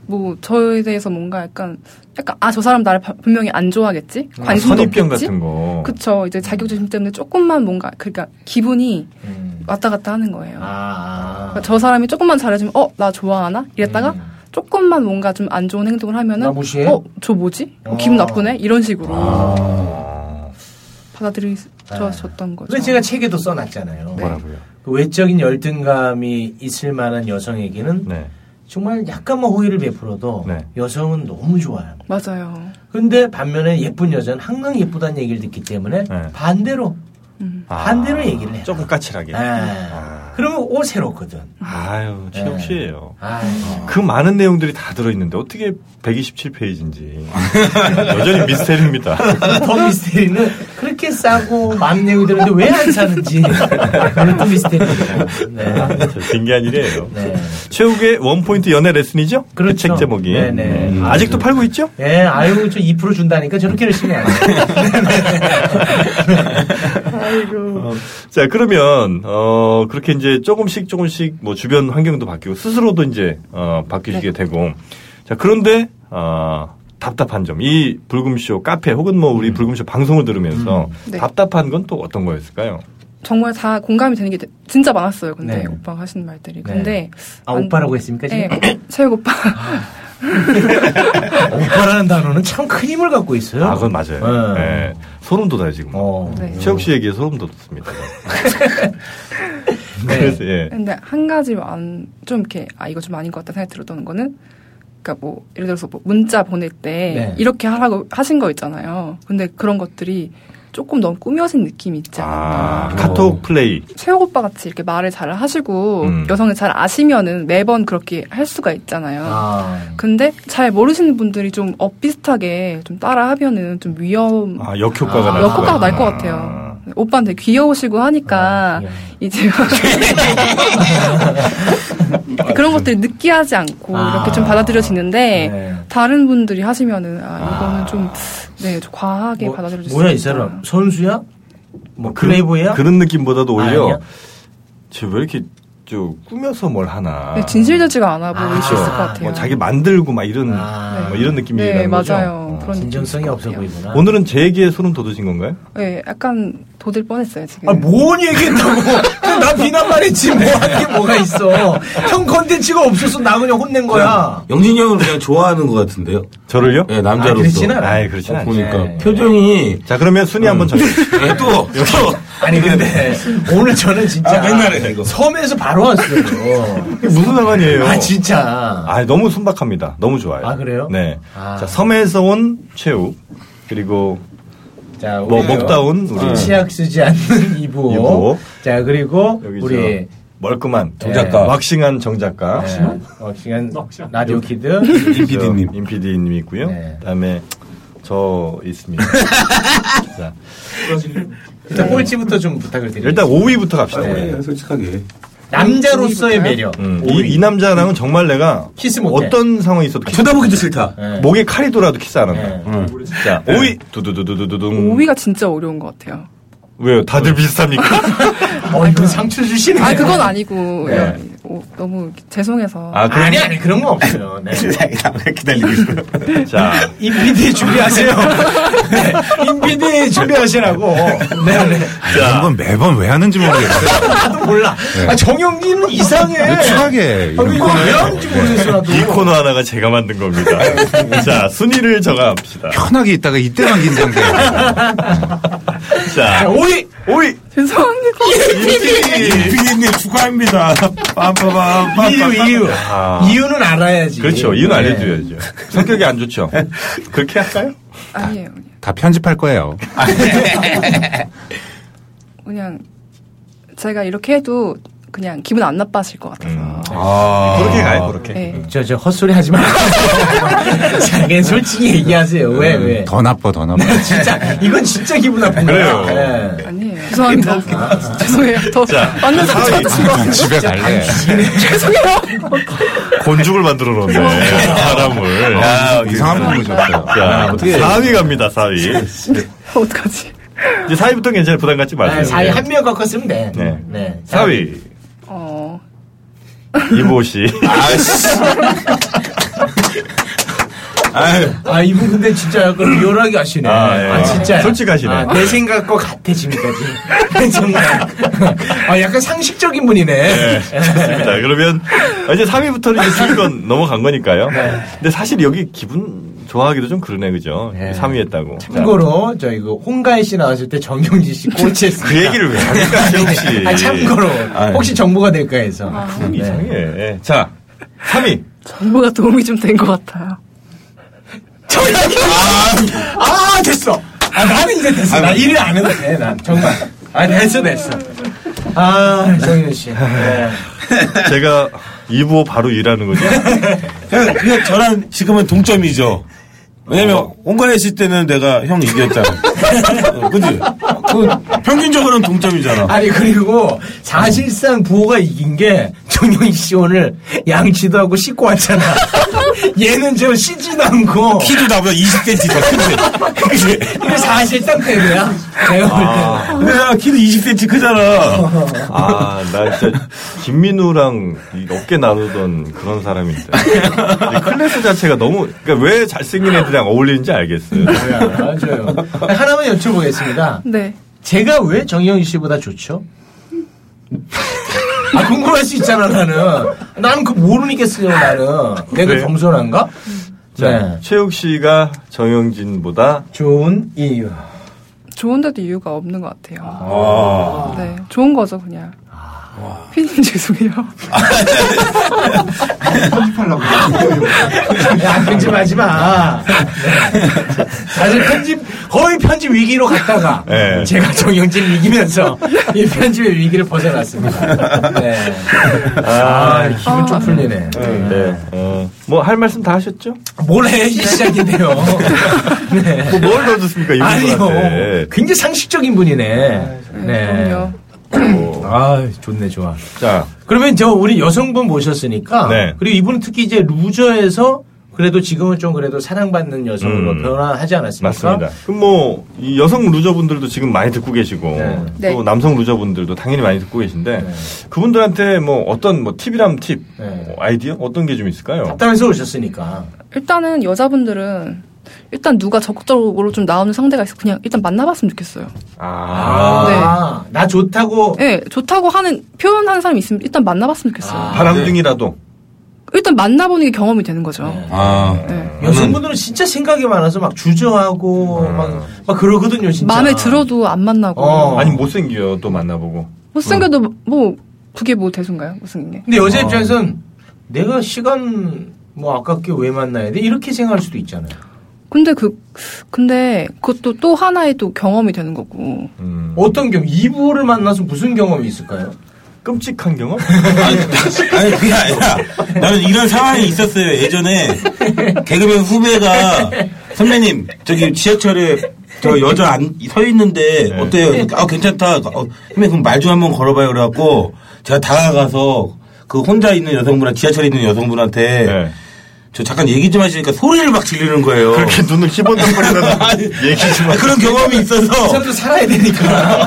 Speaker 8: 뭐 저에 대해서 뭔가 약간 약간 아 저 사람 나를 바- 분명히 안 좋아하겠지 관심도
Speaker 4: 음. 선입견
Speaker 8: 없겠지
Speaker 4: 같은 거.
Speaker 8: 그쵸 이제 자격지심 때문에 조금만 뭔가 그러니까 기분이
Speaker 5: 음.
Speaker 8: 왔다 갔다 하는 거예요
Speaker 5: 아,
Speaker 8: 그러니까 저 사람이 조금만 잘해주면 어 나 좋아하나 이랬다가
Speaker 5: 음.
Speaker 8: 조금만 뭔가 좀 안 좋은 행동을 하면은
Speaker 5: 나 무시해?
Speaker 8: 어저 뭐지 어, 기분
Speaker 5: 아.
Speaker 8: 나쁘네 이런 식으로
Speaker 4: 아,
Speaker 8: 받아들여졌던 거죠
Speaker 5: 그래서 네. 제가 책에도 써놨잖아요.
Speaker 4: 네. 뭐라고요?
Speaker 5: 그 외적인 열등감이 있을 만한 여성에게는
Speaker 4: 네.
Speaker 5: 정말 약간만 뭐 호의를 베풀어도
Speaker 4: 네.
Speaker 5: 여성은 너무 좋아요.
Speaker 8: 맞아요
Speaker 5: 근데 반면에 예쁜 여자는 항상 예쁘다는 얘기를 듣기 때문에
Speaker 4: 네.
Speaker 5: 반대로
Speaker 4: 아,
Speaker 5: 반대로 얘기를 해요.
Speaker 4: 조금 아. 까칠하게.
Speaker 5: 네. 그러면 옷 새롭거든.
Speaker 4: 아유, 최욱 씨예요.
Speaker 5: 네. 아이고.
Speaker 4: 그 많은 내용들이 다 들어있는데 어떻게 127페이지인지 [laughs] 여전히 미스테리입니다. [laughs]
Speaker 5: 더 미스테리는 그렇게 싸고 많은 내용이 되는데 왜 안 사는지 그런 또 미스테리입니다. 네.
Speaker 4: 신기한 일이에요.
Speaker 5: 네.
Speaker 4: 최욱의 원포인트 연애 레슨이죠? 그
Speaker 5: 그렇죠.
Speaker 4: 책 제목이.
Speaker 5: 네네.
Speaker 4: 음.
Speaker 5: 아,
Speaker 4: 아직도 팔고 있죠?
Speaker 5: 예, 아유, 저 2% 준다니까 저렇게 열심히 안 해요.
Speaker 4: 어, 자, 그러면, 어, 그렇게 이제 조금씩 조금씩 뭐 주변 환경도 바뀌고 스스로도 이제, 어, 바뀌시게
Speaker 8: 네.
Speaker 4: 되고. 자, 그런데, 어, 답답한 점. 이 불금쇼 카페 혹은 뭐
Speaker 5: 음.
Speaker 4: 우리 불금쇼 방송을 들으면서
Speaker 8: 네.
Speaker 4: 답답한 건 또 어떤 거였을까요?
Speaker 8: 정말 다 공감이 되는 게 되- 진짜 많았어요. 근데
Speaker 5: 네.
Speaker 8: 오빠가 하시는
Speaker 5: 네.
Speaker 8: 말들이. 근데
Speaker 5: 아,
Speaker 8: 안-
Speaker 5: 오빠라고 했습니까, 지금?
Speaker 8: 네, 체육 오빠.
Speaker 5: [laughs] 오빠라는 단어는 참 큰 힘을 갖고 있어요.
Speaker 4: 아, 그건 맞아요.
Speaker 5: 네.
Speaker 4: 예. 소름 돋아요, 지금.
Speaker 5: 어.
Speaker 8: 네.
Speaker 4: 최욱 씨 얘기에 소름 돋습니다.
Speaker 5: 네.
Speaker 4: [laughs] 그래서, 예.
Speaker 8: 근데 한 가지 안, 좀 이렇게 아 이거 좀 아닌 것 같다 생각 들었던 거는 그러니까 뭐 예를 들어서 뭐 문자 보낼 때
Speaker 5: 네.
Speaker 8: 이렇게 하라고 하신 거 있잖아요. 근데 그런 것들이 조금 너무 꾸며진 느낌이 있지 않나.
Speaker 4: 아, 카톡 플레이.
Speaker 8: 체육 오빠 같이 이렇게 말을 잘 하시고
Speaker 4: 음.
Speaker 8: 여성을 잘 아시면은 매번 그렇게 할 수가 있잖아요.
Speaker 5: 아.
Speaker 8: 근데 잘 모르시는 분들이 좀 엇비슷하게 좀 따라 하면은 좀 위험
Speaker 4: 아, 역효과가
Speaker 5: 아,
Speaker 4: 날
Speaker 8: 역효과가
Speaker 4: 수가
Speaker 8: 날 것
Speaker 4: 있구나.
Speaker 8: 같아요. 오빠는 되게 귀여우시고
Speaker 5: 아,
Speaker 8: 하니까
Speaker 5: [laughs]
Speaker 8: 이제 그런 것들이 느끼하지 않고
Speaker 5: 아.
Speaker 8: 이렇게 좀 받아들여지는데
Speaker 5: 네.
Speaker 8: 다른 분들이 하시면은 아 이거는
Speaker 4: 아.
Speaker 8: 좀 네, 좀 과하게
Speaker 5: 뭐,
Speaker 8: 받아들여질 수
Speaker 5: 뭐야 이
Speaker 8: 있다.
Speaker 5: 사람 선수야? 뭐
Speaker 4: 그런-
Speaker 5: 그레이브야?
Speaker 4: 그런 느낌보다도
Speaker 5: 아니야?
Speaker 4: 오히려 쟤 왜 이렇게 좀 꾸며서 뭘 하나.
Speaker 8: 네, 진실되지가 않아
Speaker 5: 아.
Speaker 8: 보일 수 있을 것 같아요.
Speaker 4: 뭐 자기 만들고 막 이런
Speaker 5: 아.
Speaker 4: 뭐 이런 느낌이
Speaker 8: 네,
Speaker 4: 나는 거죠.
Speaker 8: 맞아요.
Speaker 4: 어.
Speaker 8: 그런
Speaker 5: 진정성이
Speaker 8: 느낌일
Speaker 5: 없어
Speaker 8: 것 같아요.
Speaker 5: 보이구나.
Speaker 4: 오늘은 제 얘기에 소름 돋으신 건가요?
Speaker 5: 뭐-
Speaker 8: 네, 약간 도들 뻔했어요 지금.
Speaker 5: 아, 뭔 얘기했다고? 그럼 나 비난만 했지 뭐 하는 게 뭐가 있어. 형 컨텐츠가 없어서 나 그냥 혼낸 거야.
Speaker 7: 영진이 형은 그냥 좋아하는 것 같은데요.
Speaker 4: 저를요?
Speaker 7: 예,
Speaker 5: 아,
Speaker 7: 남자로서.
Speaker 5: 그렇진 않아.
Speaker 4: 아이, 그렇진 않죠.
Speaker 7: 보니까
Speaker 5: 예.
Speaker 7: 표정이
Speaker 4: 자, 그러면
Speaker 5: 어.
Speaker 4: 순위 한번
Speaker 5: [laughs]
Speaker 4: 정해주세요.
Speaker 5: 네.
Speaker 7: 예, 또, 또
Speaker 5: 아니
Speaker 4: 네,
Speaker 5: 근데 오늘 저는 진짜
Speaker 7: 아, 맨날 해요, 이거.
Speaker 5: 섬에서 바로 왔어요.
Speaker 4: 무슨 상관이에요?
Speaker 5: 아 진짜.
Speaker 4: 아, 너무 순박합니다. 너무 좋아요.
Speaker 5: 아, 그래요?
Speaker 4: 네.
Speaker 5: 아.
Speaker 4: 자, 섬에서 온 최우. 그리고
Speaker 5: 자,
Speaker 4: 뭐
Speaker 5: 우리요. 어,
Speaker 4: 먹다 온 우리
Speaker 5: 치약 쓰지 않는 [laughs] 이부.
Speaker 4: 이부호.
Speaker 5: 자 그리고 예,
Speaker 4: 여기 저
Speaker 5: 우리
Speaker 4: 멀끔한
Speaker 5: 정작가.
Speaker 4: 예, 왁싱한 정작가.
Speaker 5: 네, 어, 시간 라디오 키드.
Speaker 7: 임피디님.
Speaker 4: 임피디님 있고요.
Speaker 5: 네.
Speaker 4: 그다음에 저
Speaker 5: [laughs]
Speaker 4: 있습니다. 자,
Speaker 5: 일단 꼴찌부터 좀 부탁을 드립니다.
Speaker 4: 일단 5위부터 갑시다.
Speaker 5: 네.
Speaker 7: 예, 솔직하게.
Speaker 5: 남자로서의 매력.
Speaker 4: 음, 이, 이 남자랑은 정말 내가
Speaker 5: 키스 못해.
Speaker 4: 어떤 상황이 있어도 키스
Speaker 7: 쳐다보기도 싫다.
Speaker 5: 네.
Speaker 4: 목에 칼이 돌아도 키스 안 한다.
Speaker 5: 네.
Speaker 4: 자, 5위 두두두두두둥.
Speaker 8: 5위가 진짜 어려운 것 같아요.
Speaker 4: 왜요? 다들 비슷합니까?
Speaker 5: 어, 이건 상처 주시네.
Speaker 8: 아 그건 아니고
Speaker 5: 네.
Speaker 8: 예, 오, 너무 죄송해서
Speaker 4: 아, 그럼
Speaker 5: 아니, 아니, 그런 거 없어요.
Speaker 4: [laughs]
Speaker 5: 네.
Speaker 4: 아,
Speaker 7: 기다리고 있어.
Speaker 4: 자,
Speaker 5: 임 PD 준비하세요. [laughs] 네, 임 PD 준비하시라고. 네, 네.
Speaker 9: 이런 건 매번 왜 하는지 모르겠어요.
Speaker 5: 나도 몰라.
Speaker 4: 네.
Speaker 5: 아, 정영님은 이상해.
Speaker 9: 추하게
Speaker 5: 네. 아,
Speaker 9: 이런
Speaker 5: 이거 왜 하는지 모르겠어, 나도.
Speaker 4: 이 코너 하나가 제가 만든 겁니다. 자, 순위를 정합시다.
Speaker 9: 편하게 있다가 이때만 긴장돼요.
Speaker 5: 자,
Speaker 4: 자,
Speaker 5: 5위!
Speaker 4: 5위
Speaker 8: 죄송합니다.
Speaker 7: 임피디님 축하합니다. 빰빠밤,
Speaker 5: 이유,
Speaker 7: 빰빠밤.
Speaker 5: 이유.
Speaker 4: 아.
Speaker 5: 이유는 알아야지.
Speaker 4: 그렇죠. 이유는
Speaker 5: 네.
Speaker 4: 알려드려야죠. 성격이 안 좋죠. 그렇게 할까요?
Speaker 8: 아니에요. 그냥.
Speaker 9: 다 편집할 거예요.
Speaker 8: 그냥 제가 이렇게 해도 그냥 기분 안 나빠질 것 같아서.
Speaker 5: 음.
Speaker 4: 그렇게 가요. 그렇게.
Speaker 8: 네.
Speaker 5: 저, 저, 헛소리 하지 마. [laughs] 자기는 솔직히 얘기하세요. 왜, 왜.
Speaker 9: 더 나빠 더 나빠.
Speaker 5: 네. 진짜, 이건 진짜 기분 나쁜 네. 거예요.
Speaker 4: 음, 그래요.
Speaker 8: [laughs] 아니에요. 죄송합니다. 죄송해요. 더 완전 상처받으신 것 같아요.
Speaker 9: 집에 갈래.
Speaker 8: 죄송해요. [laughs]
Speaker 4: 곤죽을 만들어 놓네. 사람을.
Speaker 9: 아, 이상한 부분 줬어요.
Speaker 7: 아,
Speaker 4: 자, 4위 갑니다. 4위.
Speaker 8: 어떡하지?
Speaker 4: 이제 4위부터 는 괜찮아요. 부담 갖지 마세요. 예.
Speaker 5: 네, 사위 한 명 갖고 쓰면 돼.
Speaker 4: 네.
Speaker 5: 네.
Speaker 4: 4위.
Speaker 8: 어,
Speaker 4: 이보 씨.
Speaker 5: 아, 이분 근데 진짜 약간 리얼하게 하시네.
Speaker 4: 아, 예.
Speaker 5: 진짜.
Speaker 4: 솔직하시네.
Speaker 5: 내 생각 거 같아, 지금까지. [laughs] 정말. 아, 약간 상식적인 분이네.
Speaker 4: 예, 좋습니다. 그러면 아, 이제 3위부터는 이제 수위권 넘어간 거니까요. 근데 사실 여기 기분 좋아하기도 좀 그러네, 그죠?
Speaker 5: 네.
Speaker 4: 3위 했다고.
Speaker 5: 참고로, 저희 그 홍가희 씨 나왔을 때 정용지 씨 꼴찌했습니다.
Speaker 4: 그 얘기를 왜 합니까, 최욱 씨?
Speaker 5: 아, 참고로.
Speaker 4: 아,
Speaker 5: 혹시 정보가 될까 해서.
Speaker 4: 참 이상해. 자, 3위.
Speaker 8: 정보가 도움이 좀 된 것 같아요.
Speaker 5: 정답이 아, 아, 됐어. 아, 나는 이제 됐어. 나 일을 안 해도 돼, 난. 정말. 아, 됐어, 됐어. 아, 정윤 씨. 네.
Speaker 4: 제가 2부 바로 일하는 거죠?
Speaker 7: 그냥, 그냥 저랑 지금은 동점이죠. 왜냐면,
Speaker 9: 어.
Speaker 7: 온간에 있을 때는 내가 형 이겼잖아. 어, 그지? 그, 평균적으로는 동점이잖아.
Speaker 5: 아니, 그리고 사실상 부호가 이긴 게 정윤 씨 오늘 양치도 하고 씻고 왔잖아. [laughs] 얘는 저 씻지도 않고.
Speaker 7: 키도 나보다 20cm 더 큰데. 그지?
Speaker 5: 이게 사실상 패배야. 내가 볼 때는.
Speaker 7: 근데 나 키도 20cm 크잖아.
Speaker 4: 아, 나 진짜 김민우랑 이 어깨 나누던 그런 사람인데. 이 클래스 자체가 너무, 그러니까 왜 잘생긴 애들이랑 어울리는지 알겠어요.
Speaker 5: 아, 네, 맞아요. 하나만 여쭤보겠습니다.
Speaker 8: 네.
Speaker 5: 제가 왜 정영희 씨보다 좋죠? 아, 궁금할 수 있잖아, 나는. 나는 그 모르니겠어요, 나는. 내가
Speaker 4: 그래요?
Speaker 5: 겸손한가?
Speaker 4: 자,
Speaker 5: 네.
Speaker 4: 최욱 씨가 정영진보다
Speaker 5: 좋은 이유.
Speaker 8: 좋은데도 이유가 없는 것 같아요. 네. 좋은 거죠, 그냥. 피디님 죄송해요.
Speaker 5: 야, 편집하지 마. 네. 사실 편집, 거의 편집 위기로 갔다가,
Speaker 4: 네.
Speaker 5: 제가 정영진 이기면서, 이 편집의 위기를 벗어났습니다. 네. 아, 기분 좀 풀리네.
Speaker 4: 네. 어, 뭐할 말씀 다 하셨죠?
Speaker 5: 뭘 해, 이 시작인데요. 네.
Speaker 4: 뭐 뭘 더 듣습니까?
Speaker 5: 아니요.
Speaker 4: 이분한테.
Speaker 5: 굉장히 상식적인 분이네. 네.
Speaker 8: 아, 그럼요.
Speaker 5: 아, 좋네, 좋아.
Speaker 4: 뭐, 자,
Speaker 5: 그러면 저 우리 여성분 모셨으니까
Speaker 4: 네.
Speaker 5: 그리고 이분은 특히 이제 루저에서 그래도 지금은 좀 그래도 사랑받는 여성으로
Speaker 4: 음.
Speaker 5: 변화하지 않았습니까?
Speaker 4: 맞습니다. 그럼 뭐, 이 여성 루저분들도 지금 많이 듣고 계시고,
Speaker 5: 네.
Speaker 8: 네.
Speaker 4: 또 남성 루저분들도 당연히 많이 듣고 계신데, 그분들한테 뭐 어떤 뭐 팁이라면 팁,
Speaker 5: 네.
Speaker 4: 뭐 아이디어? 어떤 게 좀 있을까요?
Speaker 5: 답답해서 오셨으니까.
Speaker 8: 일단은 여자분들은 일단 누가 적극적으로 좀 나오는 상대가 있어 그냥 일단 만나봤으면 좋겠어요.
Speaker 4: 아.
Speaker 5: 아,
Speaker 8: 네.
Speaker 5: 나 좋다고.
Speaker 8: 예, 좋다고 하는 표현하는 사람이 있으면 일단 만나봤으면 좋겠어요.
Speaker 5: 아, 네.
Speaker 4: 바람둥이라도.
Speaker 8: 일단 만나보는 게 경험이 되는 거죠.
Speaker 4: 음.
Speaker 7: 아.
Speaker 8: 네.
Speaker 5: 여성분들은 진짜 생각이 많아서 막 주저하고
Speaker 4: 음.
Speaker 5: 막, 막 그러거든요, 진짜.
Speaker 8: 마음에 들어도 안 만나고
Speaker 5: 어.
Speaker 4: 아니 못생겨 또 만나보고.
Speaker 8: 못생겨도 뭐 그게 뭐 대수인가요? 못생긴 게?
Speaker 5: 근데
Speaker 4: 어.
Speaker 5: 여자 입장에선 내가 시간 뭐 아깝게 왜 만나야 돼? 이렇게 생각할 수도 있잖아요.
Speaker 8: 근데 그 근데 그것도 또 하나의 또 경험이 되는 거고
Speaker 4: 음.
Speaker 5: 어떤 경험, 이부를 만나서 무슨 경험이 있을까요?
Speaker 4: 끔찍한
Speaker 5: [laughs]
Speaker 4: 경험?
Speaker 7: 아니, 그게 아니라 나는 이런 상황이 있었어요. 예전에 개그맨 후배가 선배님, 저기 지하철에 저 여자 안, 서 있는데
Speaker 6: 네.
Speaker 7: 어때요? 그러니까, 아, 괜찮다. 어, 선배님, 그럼 말 좀 한번 걸어봐요. 그래갖고 제가 다가가서 그 혼자 있는 여성분한 지하철에 있는 여성분한테
Speaker 4: 네.
Speaker 7: 저 잠깐 얘기 좀 하시니까 소리를 막 지르는 거예요.
Speaker 6: 그렇게 눈을 희번덕거리면서
Speaker 7: [laughs] 아니,
Speaker 6: [laughs] 얘기 좀
Speaker 7: 아, 그런 경험이
Speaker 5: 이
Speaker 7: 있어서 [laughs]
Speaker 5: 사람도 살아야 되니까.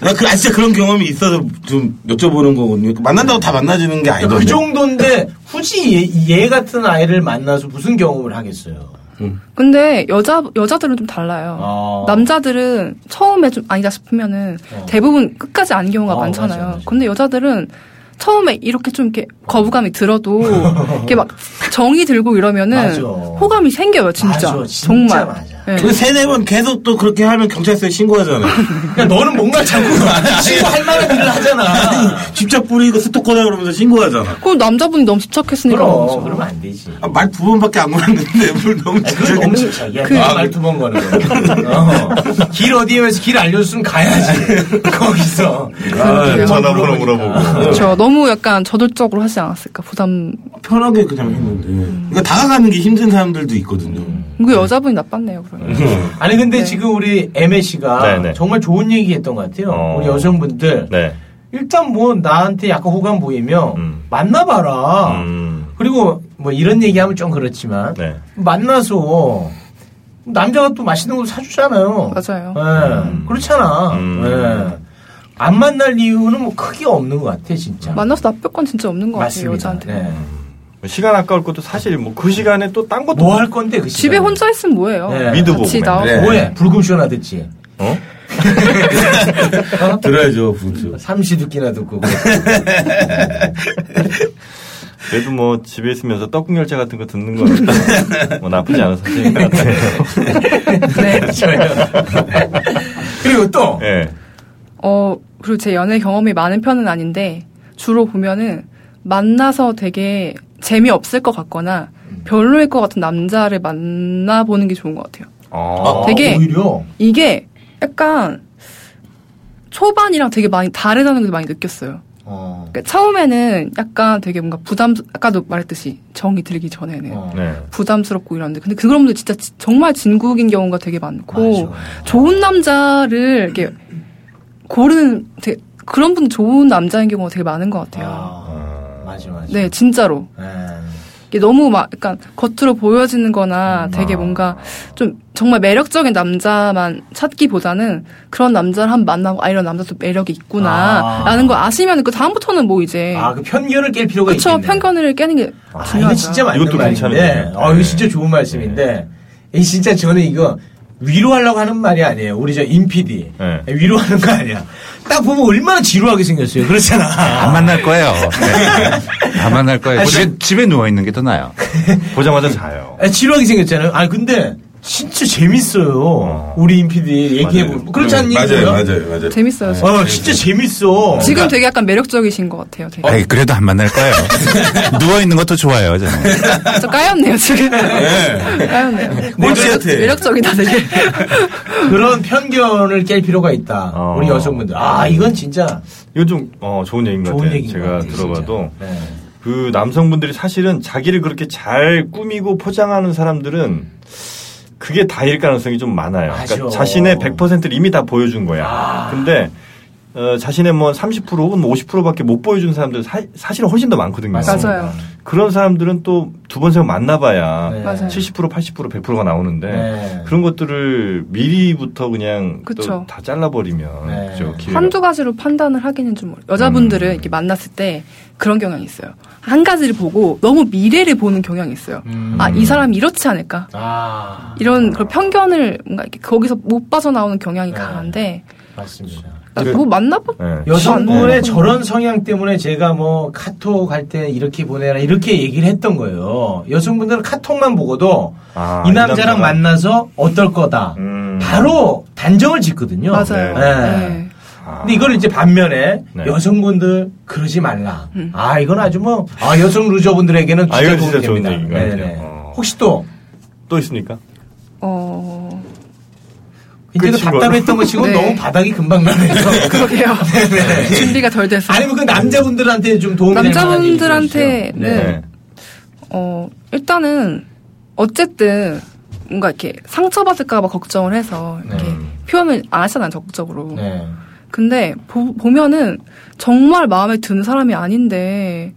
Speaker 7: 나 그, 아, 진짜 그런 경험이 있어서 좀 여쭤보는 거거든요. 만난다고 다 만나지는 게 아니던데.
Speaker 5: 그 정도인데 굳이 얘, 얘 같은 아이를 만나서 무슨 경험을 하겠어요?
Speaker 8: 근데 여자 여자들은 좀 달라요.
Speaker 5: 아.
Speaker 8: 남자들은 처음에 좀 아니다 싶으면은 대부분 끝까지 안 경우가
Speaker 5: 어,
Speaker 8: 많잖아요.
Speaker 5: 맞아, 맞아.
Speaker 8: 근데 여자들은 처음에 이렇게 좀 이렇게
Speaker 5: [laughs]
Speaker 8: 거부감이 들어도 이렇게 막 정이 들고 이러면은
Speaker 5: 맞아.
Speaker 8: 호감이 생겨요, 진짜.
Speaker 5: 맞아, 진짜
Speaker 8: 정말.
Speaker 5: 맞아.
Speaker 8: 예.
Speaker 7: 그 세네 번 계속 또 그렇게 하면 경찰서에 신고하잖아. [laughs]
Speaker 5: 야, 그러니까 너는 뭔가 자꾸 신고할 만한 일을 하잖아.
Speaker 7: 집착 뿌리고 스토커다 그러면서 신고하잖아.
Speaker 8: 그럼 남자분이 너무 집착했으니까. 그렇죠.
Speaker 5: 그럼
Speaker 8: 그러죠.
Speaker 5: 그러면 안 되지.
Speaker 7: 아, 말 두 번밖에 안 걸었는데 물 너무
Speaker 5: 아니, 그건 너무
Speaker 7: 집착했지.
Speaker 5: 자기야. 아, 말두 번 거는 [laughs] 거. 어. 길 어디에서 길 알려줬으면 [laughs] 가야지. 거기서.
Speaker 8: 그러게요.
Speaker 6: 전화번호 물어보고.
Speaker 8: 그렇죠. 너무 약간 저돌적으로 하지 않았을까 부담.
Speaker 7: 아, 편하게 그냥 했는데. 그러니까 다가가는 게 힘든 사람들도 있거든요.
Speaker 8: 그 여자분이 나빴네요. 그러면.
Speaker 5: 아니 근데 지금 우리 에메 씨가
Speaker 4: 네, 네.
Speaker 5: 정말 좋은 얘기했던 것 같아요.
Speaker 4: 어.
Speaker 5: 우리 여성분들
Speaker 4: 네.
Speaker 5: 일단 뭐 나한테 약간 호감 보이면
Speaker 4: 음.
Speaker 5: 만나봐라.
Speaker 4: 음.
Speaker 5: 그리고 뭐 이런 얘기하면 좀 그렇지만
Speaker 4: 네.
Speaker 5: 만나서 남자가 또 맛있는 것도 사주잖아요.
Speaker 8: 맞아요.
Speaker 5: 예,
Speaker 4: 음.
Speaker 5: 그렇잖아.
Speaker 4: 음.
Speaker 5: 예. 안 만날 이유는 뭐 크게 없는 것 같아 진짜.
Speaker 8: 만나서 나쁠 건 진짜 없는 것 같아요, 여자한테.
Speaker 5: 네.
Speaker 4: 시간 아까울 것도 사실 뭐 그 시간에 또 딴 것도
Speaker 5: 뭐 할 건데 그
Speaker 8: 어, 집에
Speaker 5: 시간에?
Speaker 8: 혼자 있으면 뭐예요?
Speaker 5: 네.
Speaker 4: 미드보고
Speaker 8: 같이
Speaker 4: 맨날.
Speaker 8: 나와.
Speaker 7: 네.
Speaker 5: 뭐해? 불금 쇼나 듣지.
Speaker 4: 어?
Speaker 7: 들어야죠, 분수.
Speaker 5: 삼시 듣기나 듣고.
Speaker 4: 네. 그래도 뭐 집에 있으면서 떡국열차 같은 거 듣는
Speaker 5: [laughs]
Speaker 4: 거는 뭐 나쁘지 않은 선택인 것 같아요.
Speaker 8: 네.
Speaker 5: [laughs] 그리고 또
Speaker 4: 예.
Speaker 8: 어, 그리고 제 연애 경험이 많은 편은 아닌데, 주로 보면은, 만나서 되게 재미없을 것 같거나, 별로일 것 같은 남자를 만나보는 게 좋은 것 같아요.
Speaker 4: 어.
Speaker 8: 되게-
Speaker 5: 오히려
Speaker 8: 이게, 약간, 초반이랑 되게 많이 다르다는 걸 많이 느꼈어요.
Speaker 5: 어.
Speaker 8: 그러니까 처음에는 약간 되게 뭔가 부담, 아까도 말했듯이, 정이 들기 전에는.
Speaker 5: 어.
Speaker 4: 네.
Speaker 8: 부담스럽고 이러는데 근데 그런 분들 진짜 지- 정말 진국인 경우가 되게 많고
Speaker 5: 맞아.
Speaker 8: 좋은 남자를 이렇게 고르는 되게 그런 분 좋은 남자인 경우가 되게 많은 것 같아요.
Speaker 5: 아, 맞아 맞아.
Speaker 8: 네 진짜로
Speaker 5: 예.
Speaker 8: 이게 너무 막 약간 겉으로
Speaker 5: 음,
Speaker 8: 보여지는거나 되게
Speaker 5: 아.
Speaker 8: 뭔가 좀 정말 매력적인 남자만 찾기보다는 그런 남자를 한 번 만나고 아 이런 남자도 매력이
Speaker 5: 아.
Speaker 8: 있구나라는 걸 아시면 그 다음부터는 뭐 이제
Speaker 5: 아, 그 편견을 깰 필요가 있
Speaker 8: 그쵸 편견을 깨는 게
Speaker 5: 아, 이거
Speaker 8: 중요하죠.
Speaker 5: 진짜 맞는
Speaker 4: 이것도
Speaker 5: 말인데.
Speaker 4: 괜찮은데. 네.
Speaker 5: 아, 이거 진짜 좋은 말씀인데. 이 진짜 저는 이거 위로하려고 하는 말이 아니에요. 우리 저 임피디.
Speaker 4: 네.
Speaker 5: 위로하는 거 아니야. 딱 보면 얼마나 지루하게 생겼어요. 그렇잖아.
Speaker 9: 다 만날 거예요. 네. 다 만날 거예요.
Speaker 5: 아니,
Speaker 9: 집에, 집에 누워있는 게 더 나아요.
Speaker 4: 보자마자 자요.
Speaker 5: 아, 지루하게 생겼잖아요. 아, 근데 진짜 재밌어요. 우리 임피디 얘기해보면. 그렇지 않니?
Speaker 7: 맞아요, 맞아요, 맞아요.
Speaker 8: 재밌어요. 진짜.
Speaker 5: 어, 진짜 재밌어.
Speaker 8: 지금 되게 약간 매력적이신 것 같아요. 되게.
Speaker 9: 아니, 그래도 안 만날
Speaker 7: [laughs]
Speaker 9: 거예요. 누워있는 것도 좋아요, 저는.
Speaker 8: 저 까였네요 지금. 까였네요. 뭐
Speaker 7: 꼴찌한테.
Speaker 8: 매력적이다 되게. [laughs]
Speaker 5: 그러니까 그런 편견을 깰 필요가 있다.
Speaker 4: 어.
Speaker 5: 우리 여성분들. 아, 이건 진짜
Speaker 4: 이건 좀 어, 좋은 얘기인 것
Speaker 5: 좋은
Speaker 4: 같아요.
Speaker 5: 얘기인 것
Speaker 4: 제가
Speaker 5: 같아요. 진짜.
Speaker 4: 들어봐도
Speaker 5: 네.
Speaker 4: 그 남성분들이 사실은 자기를 그렇게 잘 꾸미고 포장하는 사람들은 그게 다일 가능성이 좀 많아요.
Speaker 5: 맞아. 아.
Speaker 4: 그러니까 자신의 100%를 이미 다 보여준 거야. 근데 어, 자신의 뭐 30% 혹은 50%밖에 못 보여준 사람들 사, 사실은 훨씬 더 많거든요.
Speaker 8: 맞아요.
Speaker 4: 그런 사람들은 또 두 번 세 번 만나봐야
Speaker 5: 네.
Speaker 8: 맞아요.
Speaker 4: 70% 80% 100%가 나오는데
Speaker 5: 네.
Speaker 4: 그런 것들을 미리부터 그냥 또
Speaker 8: 그쵸.
Speaker 4: 다 잘라버리면
Speaker 5: 네.
Speaker 4: 그죠 기회가.
Speaker 8: 한두 가지로 판단을 하기는 좀 어려워요. 여자분들은 이렇게 만났을 때 그런 경향이 있어요. 한 가지를 보고 너무 미래를 보는 경향이 있어요.
Speaker 5: 음.
Speaker 8: 아, 이 사람이 이렇지 않을까?
Speaker 5: 아,
Speaker 8: 이런 그런 편견을 뭔가 이렇게 거기서 못 빠져나오는 경향이
Speaker 5: 네.
Speaker 8: 강한데
Speaker 5: 맞습니다.
Speaker 4: 그래.
Speaker 8: 뭐 만나봐
Speaker 4: 예.
Speaker 5: 여성분의 저런 성향 때문에 제가 뭐 카톡 할 때 이렇게 보내라 이렇게 얘기를 했던 거예요. 여성분들은 카톡만 보고도
Speaker 4: 아,
Speaker 5: 이
Speaker 4: 이 남자랑.
Speaker 5: 남자랑 만나서 어떨 거다.
Speaker 4: 음.
Speaker 5: 바로 단정을 짓거든요.
Speaker 8: 맞아요.
Speaker 5: 네.
Speaker 8: 네.
Speaker 4: 아.
Speaker 5: 근데 이걸 이제 반면에
Speaker 4: 네.
Speaker 5: 여성분들 그러지 말라.
Speaker 8: 음.
Speaker 5: 아 이건 아주 뭐 아, 여성 루저분들에게는
Speaker 4: 아,
Speaker 5: 진짜
Speaker 4: 이건 진짜
Speaker 5: 도움이
Speaker 4: 좋은
Speaker 5: 됩니다.
Speaker 4: 얘기인 것 같아요.
Speaker 5: 네네.
Speaker 4: 어.
Speaker 5: 혹시 또
Speaker 4: 또 있습니까?
Speaker 8: 어
Speaker 5: 이제도
Speaker 4: 끝인 걸로.
Speaker 5: 답답했던 것 치고
Speaker 8: [laughs] 네.
Speaker 5: 너무 바닥이 금방
Speaker 4: [laughs]
Speaker 5: 나네요. 네.
Speaker 8: 그러게요. 준비가 덜 됐어요.
Speaker 5: 아니면 그 남자분들한테 좀 도움이
Speaker 8: 남자분들한테는
Speaker 5: 될 만한 얘기 좀 해주세요.
Speaker 4: 네.
Speaker 8: 어, 일단은 어쨌든 뭔가 이렇게 상처받을까봐 걱정을 해서 이렇게
Speaker 5: 네.
Speaker 8: 표현을 안 하잖아요, 적극적으로.
Speaker 5: 네.
Speaker 8: 근데 보, 보면은 정말 마음에 드는 사람이 아닌데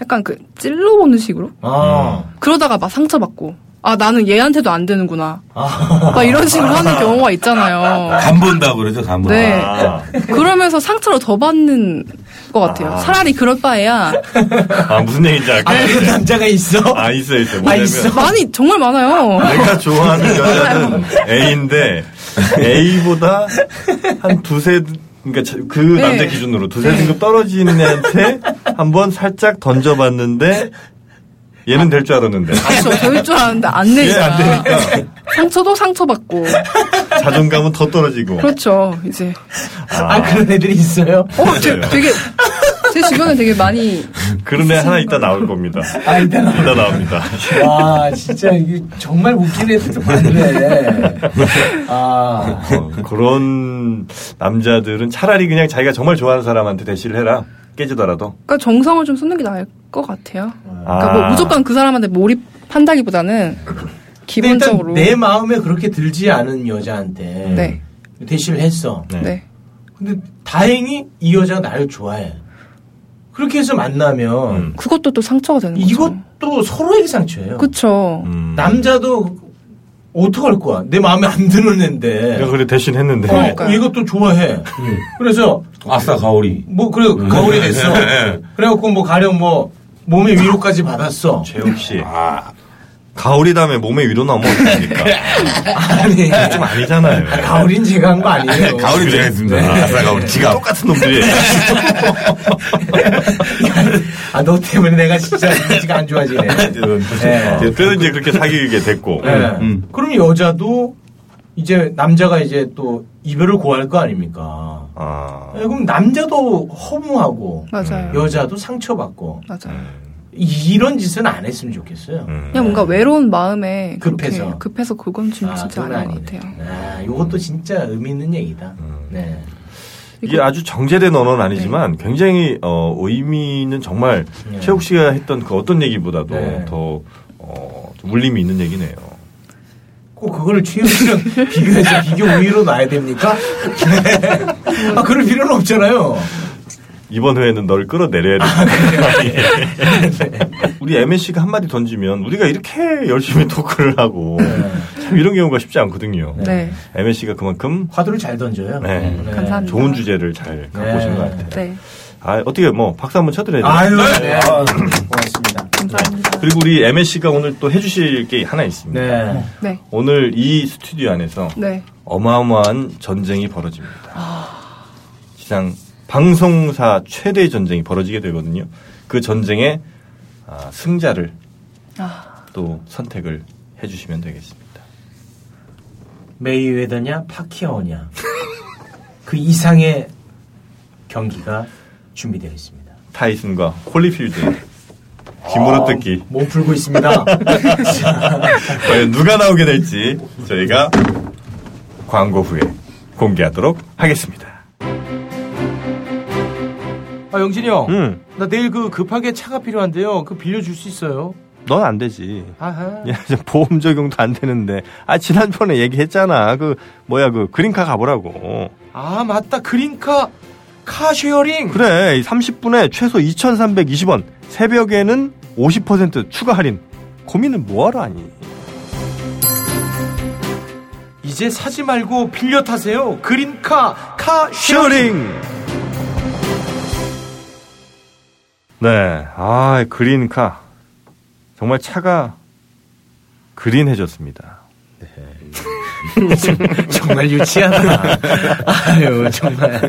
Speaker 8: 약간 그 찔러보는 식으로
Speaker 5: 아.
Speaker 8: 그러다가 막 상처받고 아 나는 얘한테도 안 되는구나
Speaker 5: 아.
Speaker 8: 막 이런 식으로 하는 경우가 있잖아요.
Speaker 7: 간 본다 그러죠, 간 본다.
Speaker 8: 네.
Speaker 4: 아,
Speaker 8: 그러면서 상처를 더 받는 것 같아요. 차라리 그럴 바에야
Speaker 4: 아, 무슨 얘기인지 알것
Speaker 5: 아, 그
Speaker 4: 같아.
Speaker 5: 남자가 있어?
Speaker 4: 아, 있어, 있어.
Speaker 5: 아,
Speaker 4: 뭐냐면
Speaker 5: 있어?
Speaker 8: 많이 정말 많아요.
Speaker 4: [laughs] 내가 좋아하는
Speaker 8: [laughs]
Speaker 4: 여자는 A인데 A보다 한 두세 그러니까 자- 그
Speaker 8: 네.
Speaker 4: 남자 기준으로 두세 등급 떨어진 애한테 한번 살짝 던져봤는데 얘는 될 줄 알았는데
Speaker 8: 그렇죠. 배울 줄 알았는데 안
Speaker 4: 예, 얘안
Speaker 8: 네. 내잖아. 네.
Speaker 4: 되니까
Speaker 8: 상처도 상처받고.
Speaker 4: 자존감은 더 떨어지고
Speaker 8: 그렇죠. 이제.
Speaker 5: 아, 그런 애들이 있어요?
Speaker 8: 어, 되-
Speaker 5: 네.
Speaker 8: 되게, 제 주변에 되게 많이.
Speaker 4: 그런 애 하나 이따 나올 겁니다.
Speaker 5: 아, 일단
Speaker 4: 이따 나옵니다.
Speaker 5: 와, 진짜 이게 정말 웃긴 애들도 많네. 아.
Speaker 4: 어, 그런 남자들은 차라리 그냥 자기가 정말 좋아하는 사람한테 대시를 해라 깨지더라도
Speaker 8: 그러니까 정성을 좀 쏟는 게 나을 것 같아요. 그러니까
Speaker 4: 아.
Speaker 8: 뭐 무조건 그 사람한테 몰입한다기보다는
Speaker 5: 근데 일단
Speaker 8: 기본적으로.
Speaker 5: 내 마음에 그렇게 들지 않은 여자한테
Speaker 8: 네.
Speaker 5: 대시를 했어.
Speaker 4: 네.
Speaker 8: 네.
Speaker 5: 근데 다행히 이 여자가 나를 좋아해. 그렇게 해서 만나면
Speaker 4: 음.
Speaker 8: 그것도 또 상처가 되는 거죠.
Speaker 5: 이것도 서로에게 상처예요.
Speaker 8: 그쵸.
Speaker 4: 음.
Speaker 5: 남자도 어떡할 거야? 내 마음에 안 드는 애인데.
Speaker 4: 내가 그래 대신 했는데
Speaker 5: 어, 이것도 좋아해. 그래서
Speaker 7: 아싸, 가오리.
Speaker 5: 뭐 그래 거울이 됐어.
Speaker 7: 네.
Speaker 5: 그래갖고 뭐 가령 뭐 몸의 위로까지 받았어.
Speaker 4: 최욱 씨
Speaker 7: 아,
Speaker 4: 가오리 다음에 몸에 위로 [laughs] 넘어오니까
Speaker 5: 음. 아니
Speaker 4: 좀 네. 아니잖아요.
Speaker 5: 가을인 제가 한 거 아니에요.
Speaker 7: 가오리 제가 했습니다. 아싸, 가오리. 지갑.
Speaker 4: 똑같은 놈들이
Speaker 5: 아너 때문에 내가 진짜 지가 안 좋아지네. 네.
Speaker 4: 그래서 이제 그렇게 사귀게 됐고
Speaker 5: 네. 그럼 여자도 이제 남자가 이제 또 이별을 고할 거 아닙니까?
Speaker 4: 아,
Speaker 5: 네, 그럼 남자도 허무하고
Speaker 8: 맞아요.
Speaker 5: 여자도 네. 상처받고
Speaker 8: 맞아요.
Speaker 5: 이- 이런 짓은 안 했으면 좋겠어요.
Speaker 4: 음.
Speaker 8: 그냥 뭔가 외로운 마음에 그렇게
Speaker 5: 급해서.
Speaker 8: 급해서 그건 좀
Speaker 5: 아,
Speaker 8: 진짜
Speaker 5: 그건
Speaker 8: 아닌 것
Speaker 5: 아니네.
Speaker 8: 같아요.
Speaker 5: 아, 이것도 진짜 의미 있는 얘기다.
Speaker 4: 음.
Speaker 5: 네.
Speaker 4: 이게 아주 정제된 언어는 아니지만 굉장히 어, 의미는 정말
Speaker 5: 네.
Speaker 4: 최욱 씨가 했던 그 어떤 얘기보다도
Speaker 5: 네.
Speaker 4: 더 어, 좀 울림이 있는 얘기네요.
Speaker 5: 꼭 그거를 최우수랑 [laughs] 비교해서 비교 우위로 놔야 됩니까? [laughs] 네. 아, 그럴 필요는 없잖아요.
Speaker 4: 이번 회에는 널 끌어내려야 아, 네. [laughs] 돼. 우리 MNC가 한마디 던지면 우리가 이렇게 열심히 토크를 하고
Speaker 5: 네.
Speaker 4: 참 이런 경우가 쉽지 않거든요.
Speaker 8: 네.
Speaker 4: MNC가 그만큼
Speaker 5: 화두를 잘 던져요.
Speaker 4: 네.
Speaker 8: 감사합니다.
Speaker 4: 좋은 주제를 잘 갖고 오신 것 같아요.
Speaker 8: 네.
Speaker 4: 아, 어떻게 뭐 박수 한번 쳐드려야 돼요.
Speaker 5: 아유, 네. 고맙습니다.
Speaker 8: 감사합니다.
Speaker 4: 그리고 우리 m n 씨가 오늘 또 해주실 게 하나 있습니다.
Speaker 5: 네.
Speaker 8: 네.
Speaker 4: 오늘 이 스튜디오 안에서
Speaker 8: 네.
Speaker 4: 어마어마한 전쟁이 벌어집니다. 시상 방송사 최대의 전쟁이 벌어지게 되거든요. 그 전쟁의 아, 승자를 또 선택을 해주시면 되겠습니다.
Speaker 5: 메이웨더냐, 파키아오냐. 그 이상의 경기가 준비되어 있습니다.
Speaker 4: 타이슨과 콜리필드, 김으로 뜯기.
Speaker 5: 아, 몸 풀고 있습니다.
Speaker 4: 과연 누가 나오게 될지 저희가 광고 후에 공개하도록 하겠습니다.
Speaker 5: 아, 영진이 형.
Speaker 4: 응.
Speaker 5: 나 내일 그 급하게 차가 필요한데요. 그 빌려줄 수 있어요?
Speaker 4: 넌 안 되지.
Speaker 5: 아하.
Speaker 4: 야, 저 보험 적용도 안 되는데. 아, 지난번에 얘기했잖아. 그, 뭐야, 그, 그린카 가보라고.
Speaker 5: 아, 맞다. 그린카 카쉐어링.
Speaker 4: 그래, 30분에 최소 2,320원. 새벽에는 50% 추가 할인. 고민은 뭐하러 하니?
Speaker 5: 이제 사지 말고 빌려 타세요. 그린카 카 쉐어링.
Speaker 4: 쉐어링! 네. 아, 그린카. 정말 차가 그린해졌습니다.
Speaker 5: [laughs] 정말 유치하다. 아유 정말.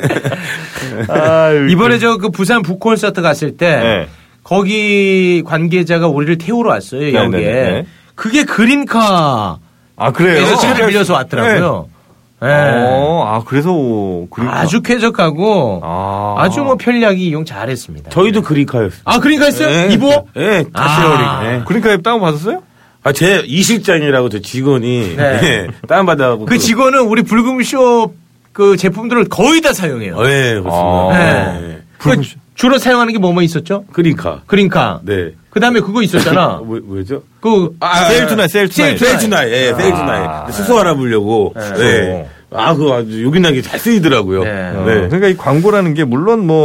Speaker 5: 이번에 저 그 부산 북콘서트 갔을 때
Speaker 4: 네.
Speaker 5: 거기 관계자가 우리를 태우러 왔어요
Speaker 4: 네,
Speaker 5: 여기에.
Speaker 4: 네, 네.
Speaker 5: 그게 그린카.
Speaker 4: 아, 그래요? 네.
Speaker 5: 그래서 차를 빌려서 왔더라고요. 예.
Speaker 4: 어, 아, 그래서 그린카.
Speaker 5: 아주 쾌적하고
Speaker 4: 아.
Speaker 5: 아. 주뭐 편리하게 이용 잘했습니다.
Speaker 7: 저희도 그리카였어요.
Speaker 5: 아 그러니까 했어요?
Speaker 7: 예.
Speaker 5: 이보?
Speaker 7: 예,
Speaker 5: 아.
Speaker 7: 다 쉐어링. 예.
Speaker 4: 그린카에 그러니까 다운받았어요?
Speaker 7: 아, 제 이실장이라고 저 직원이
Speaker 5: 네.
Speaker 7: [laughs] 예, 다운받아갖고.
Speaker 5: 그 직원은 우리 불금쇼 그 제품들을 거의 다 사용해요.
Speaker 7: 어, 예, 그렇습니다.
Speaker 4: 아.
Speaker 7: 예.
Speaker 5: 그 주로 사용하는 게 뭐뭐 있었죠?
Speaker 7: 그리카.
Speaker 5: 그러니까.
Speaker 7: 네.
Speaker 5: 그 다음에 그거
Speaker 7: [laughs]
Speaker 5: 있었잖아.
Speaker 7: 뭐, 뭐죠?
Speaker 5: 그
Speaker 7: 아,
Speaker 4: 세일 투나잇, 세일 투나잇.
Speaker 7: 세일 투나잇, 예, 세일
Speaker 5: 아.
Speaker 7: 투나잇. 수소 알아보려고. 예. 아, 그거 아주 요긴하게 잘 쓰이더라고요.
Speaker 5: 네.
Speaker 4: 어,
Speaker 7: 네.
Speaker 4: 그러니까 이 광고라는 게 물론 뭐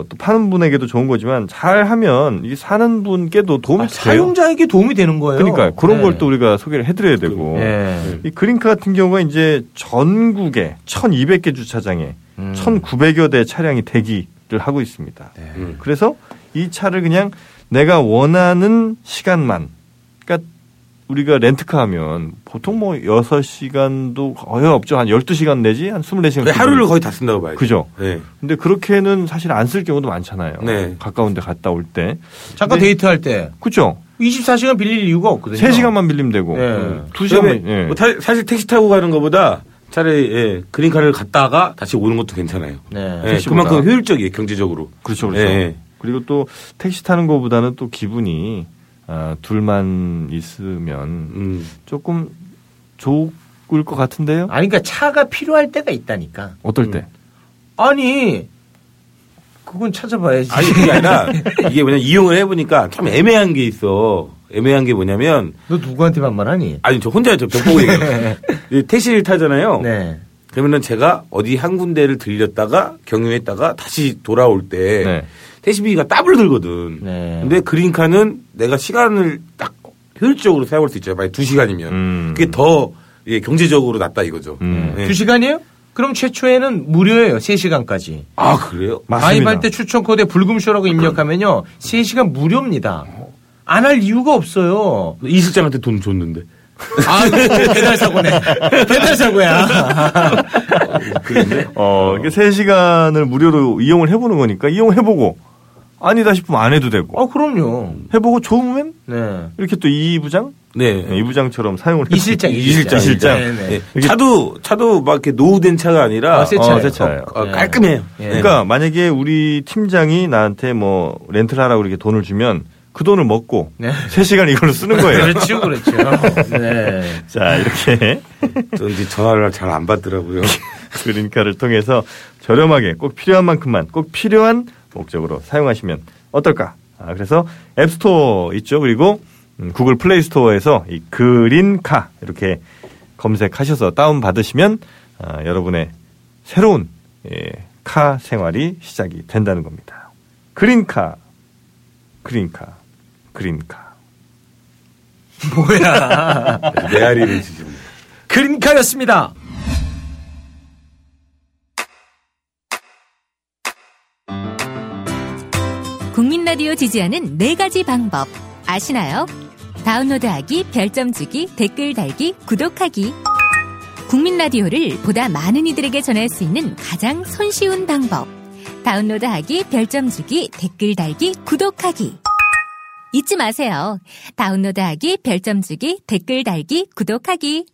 Speaker 4: 어, 또 파는 분에게도 좋은 거지만 잘 하면 이 사는 분께도 도움이
Speaker 5: 아,
Speaker 4: 돼요.
Speaker 5: 사용자에게 도움이 되는 거예요.
Speaker 4: 그러니까 그런
Speaker 5: 네.
Speaker 4: 걸 또 우리가 뭐. 소개를 해드려야 되고
Speaker 5: 예.
Speaker 4: 이 그린카 같은 경우가 이제 전국에 1,200개 주차장에 1,900여 대 차량이 대기를 하고 있습니다.
Speaker 7: 음.
Speaker 4: 그래서 이 차를 그냥 내가 원하는 시간만 그러니까 우리가 렌트카 하면 보통 뭐 6시간도 거의 없죠. 한 12시간 내지 한 24시간.
Speaker 7: 네, 하루를 거의 다 쓴다고 봐야죠.
Speaker 4: 그죠.
Speaker 7: 네.
Speaker 4: 근데 그렇게는 사실 안 쓸 경우도 많잖아요.
Speaker 7: 네.
Speaker 4: 가까운 데 갔다 올 때.
Speaker 5: 잠깐
Speaker 4: 네.
Speaker 5: 데이트할 때
Speaker 4: 그죠?
Speaker 5: 24시간 빌릴 이유가 없거든요.
Speaker 4: 3시간만 빌리면 되고.
Speaker 5: 네.
Speaker 4: 음. 두시간만 예.
Speaker 7: 그다음에 뭐 타- 사실 택시 타고 가는 것보다 차라리 예, 그린카를 갔다가 다시 오는 것도 괜찮아요.
Speaker 5: 네.
Speaker 7: 예, 그만큼 효율적이에요, 경제적으로.
Speaker 4: 그렇죠. 그렇죠.
Speaker 7: 예.
Speaker 4: 그리고 또 택시 타는 것보다는 또 기분이 아, 둘만 있으면
Speaker 7: 음.
Speaker 4: 조금 좋을 것 같은데요.
Speaker 5: 아니, 그러니까 차가 필요할 때가 있다니까.
Speaker 4: 어떨 때?
Speaker 5: 아니, 그건 찾아봐야지.
Speaker 7: 아니, 그게 아니라 이게 뭐냐 이용을 해보니까 참 애매한 게 있어. 애매한 게 뭐냐면
Speaker 5: 너 누구한테 반말하니?
Speaker 7: 아니, 저 혼자 저벽 보고 얘기해요. 이 택시를 타잖아요.
Speaker 5: 네.
Speaker 7: 그러면은 제가 어디 한 군데를 들렸다가 경유했다가 다시 돌아올 때
Speaker 4: 네.
Speaker 7: 택시비가 더블 들거든.
Speaker 5: 네.
Speaker 7: 근데 그린카는 내가 시간을 딱 효율적으로 사용할 수 있잖아요. 만약 두 시간이면
Speaker 4: 음.
Speaker 7: 그게 더 예, 경제적으로 낫다 이거죠.
Speaker 4: 음.
Speaker 7: 예.
Speaker 5: 두 시간이에요? 그럼 최초에는 무료예요. 3시간까지.
Speaker 7: 아 그래요?
Speaker 5: 가입할 때 추천 코드에 불금쇼라고 입력하면요. 3시간 무료입니다. 안 할 이유가 없어요.
Speaker 7: 아, 이 실장한테 돈 줬는데.
Speaker 5: [laughs] 아, 배달사고네. 배달사고야.
Speaker 4: 어, 이게 3시간을 무료로 이용을 해보는 거니까 이용해보고 아니다 싶으면 안 해도 되고 어,
Speaker 5: 아, 그럼요.
Speaker 4: 해보고 좋으면
Speaker 5: 네.
Speaker 4: 이렇게 또 이 부장?
Speaker 7: 네.
Speaker 4: 네, 이 부장처럼 사용을
Speaker 5: 이
Speaker 4: 해서-
Speaker 5: 실장, 이
Speaker 4: 이 실장.
Speaker 5: 실장.
Speaker 4: 이 실장.
Speaker 5: 네, 네.
Speaker 7: 예. 차도 차도 막 이렇게 노후된 차가 아니라
Speaker 5: 아, 새 차예요.
Speaker 4: 어, 새 차예요.
Speaker 7: 어,
Speaker 5: 예.
Speaker 7: 깔끔해요.
Speaker 5: 예.
Speaker 4: 그러니까 만약에 우리 팀장이 나한테 뭐 렌트를 하라고 이렇게 돈을 주면 그 돈을 먹고
Speaker 5: 네.
Speaker 4: 세시간 이걸로 쓰는 거예요.
Speaker 5: 그렇죠, 그렇죠. 네.
Speaker 4: 자, 이렇게
Speaker 7: 전 이제 전화를 잘 안 받더라고요.
Speaker 4: 그린카를 통해서 저렴하게 꼭 필요한 만큼만 꼭 필요한 목적으로 사용하시면 어떨까? 아, 그래서 앱스토어 있죠. 그리고 음, 구글 플레이 스토어에서 이 그린카 이렇게 검색하셔서 다운 받으시면 아, 여러분의 새로운 예, 카 생활이 시작이 된다는 겁니다. 그린카, 그린카, 그린카.
Speaker 5: [laughs] 뭐야.
Speaker 7: 메아리를 지지.
Speaker 5: 그린카였습니다.
Speaker 10: 국민 라디오 지지하는 네 가지 방법 아시나요? 다운로드하기, 별점 주기, 댓글 달기, 구독하기. 국민 라디오를 보다 많은 이들에게 전할 수 있는 가장 손쉬운 방법. 다운로드하기, 별점 주기, 댓글 달기, 구독하기. 잊지 마세요. 다운로드하기, 별점 주기, 댓글 달기, 구독하기.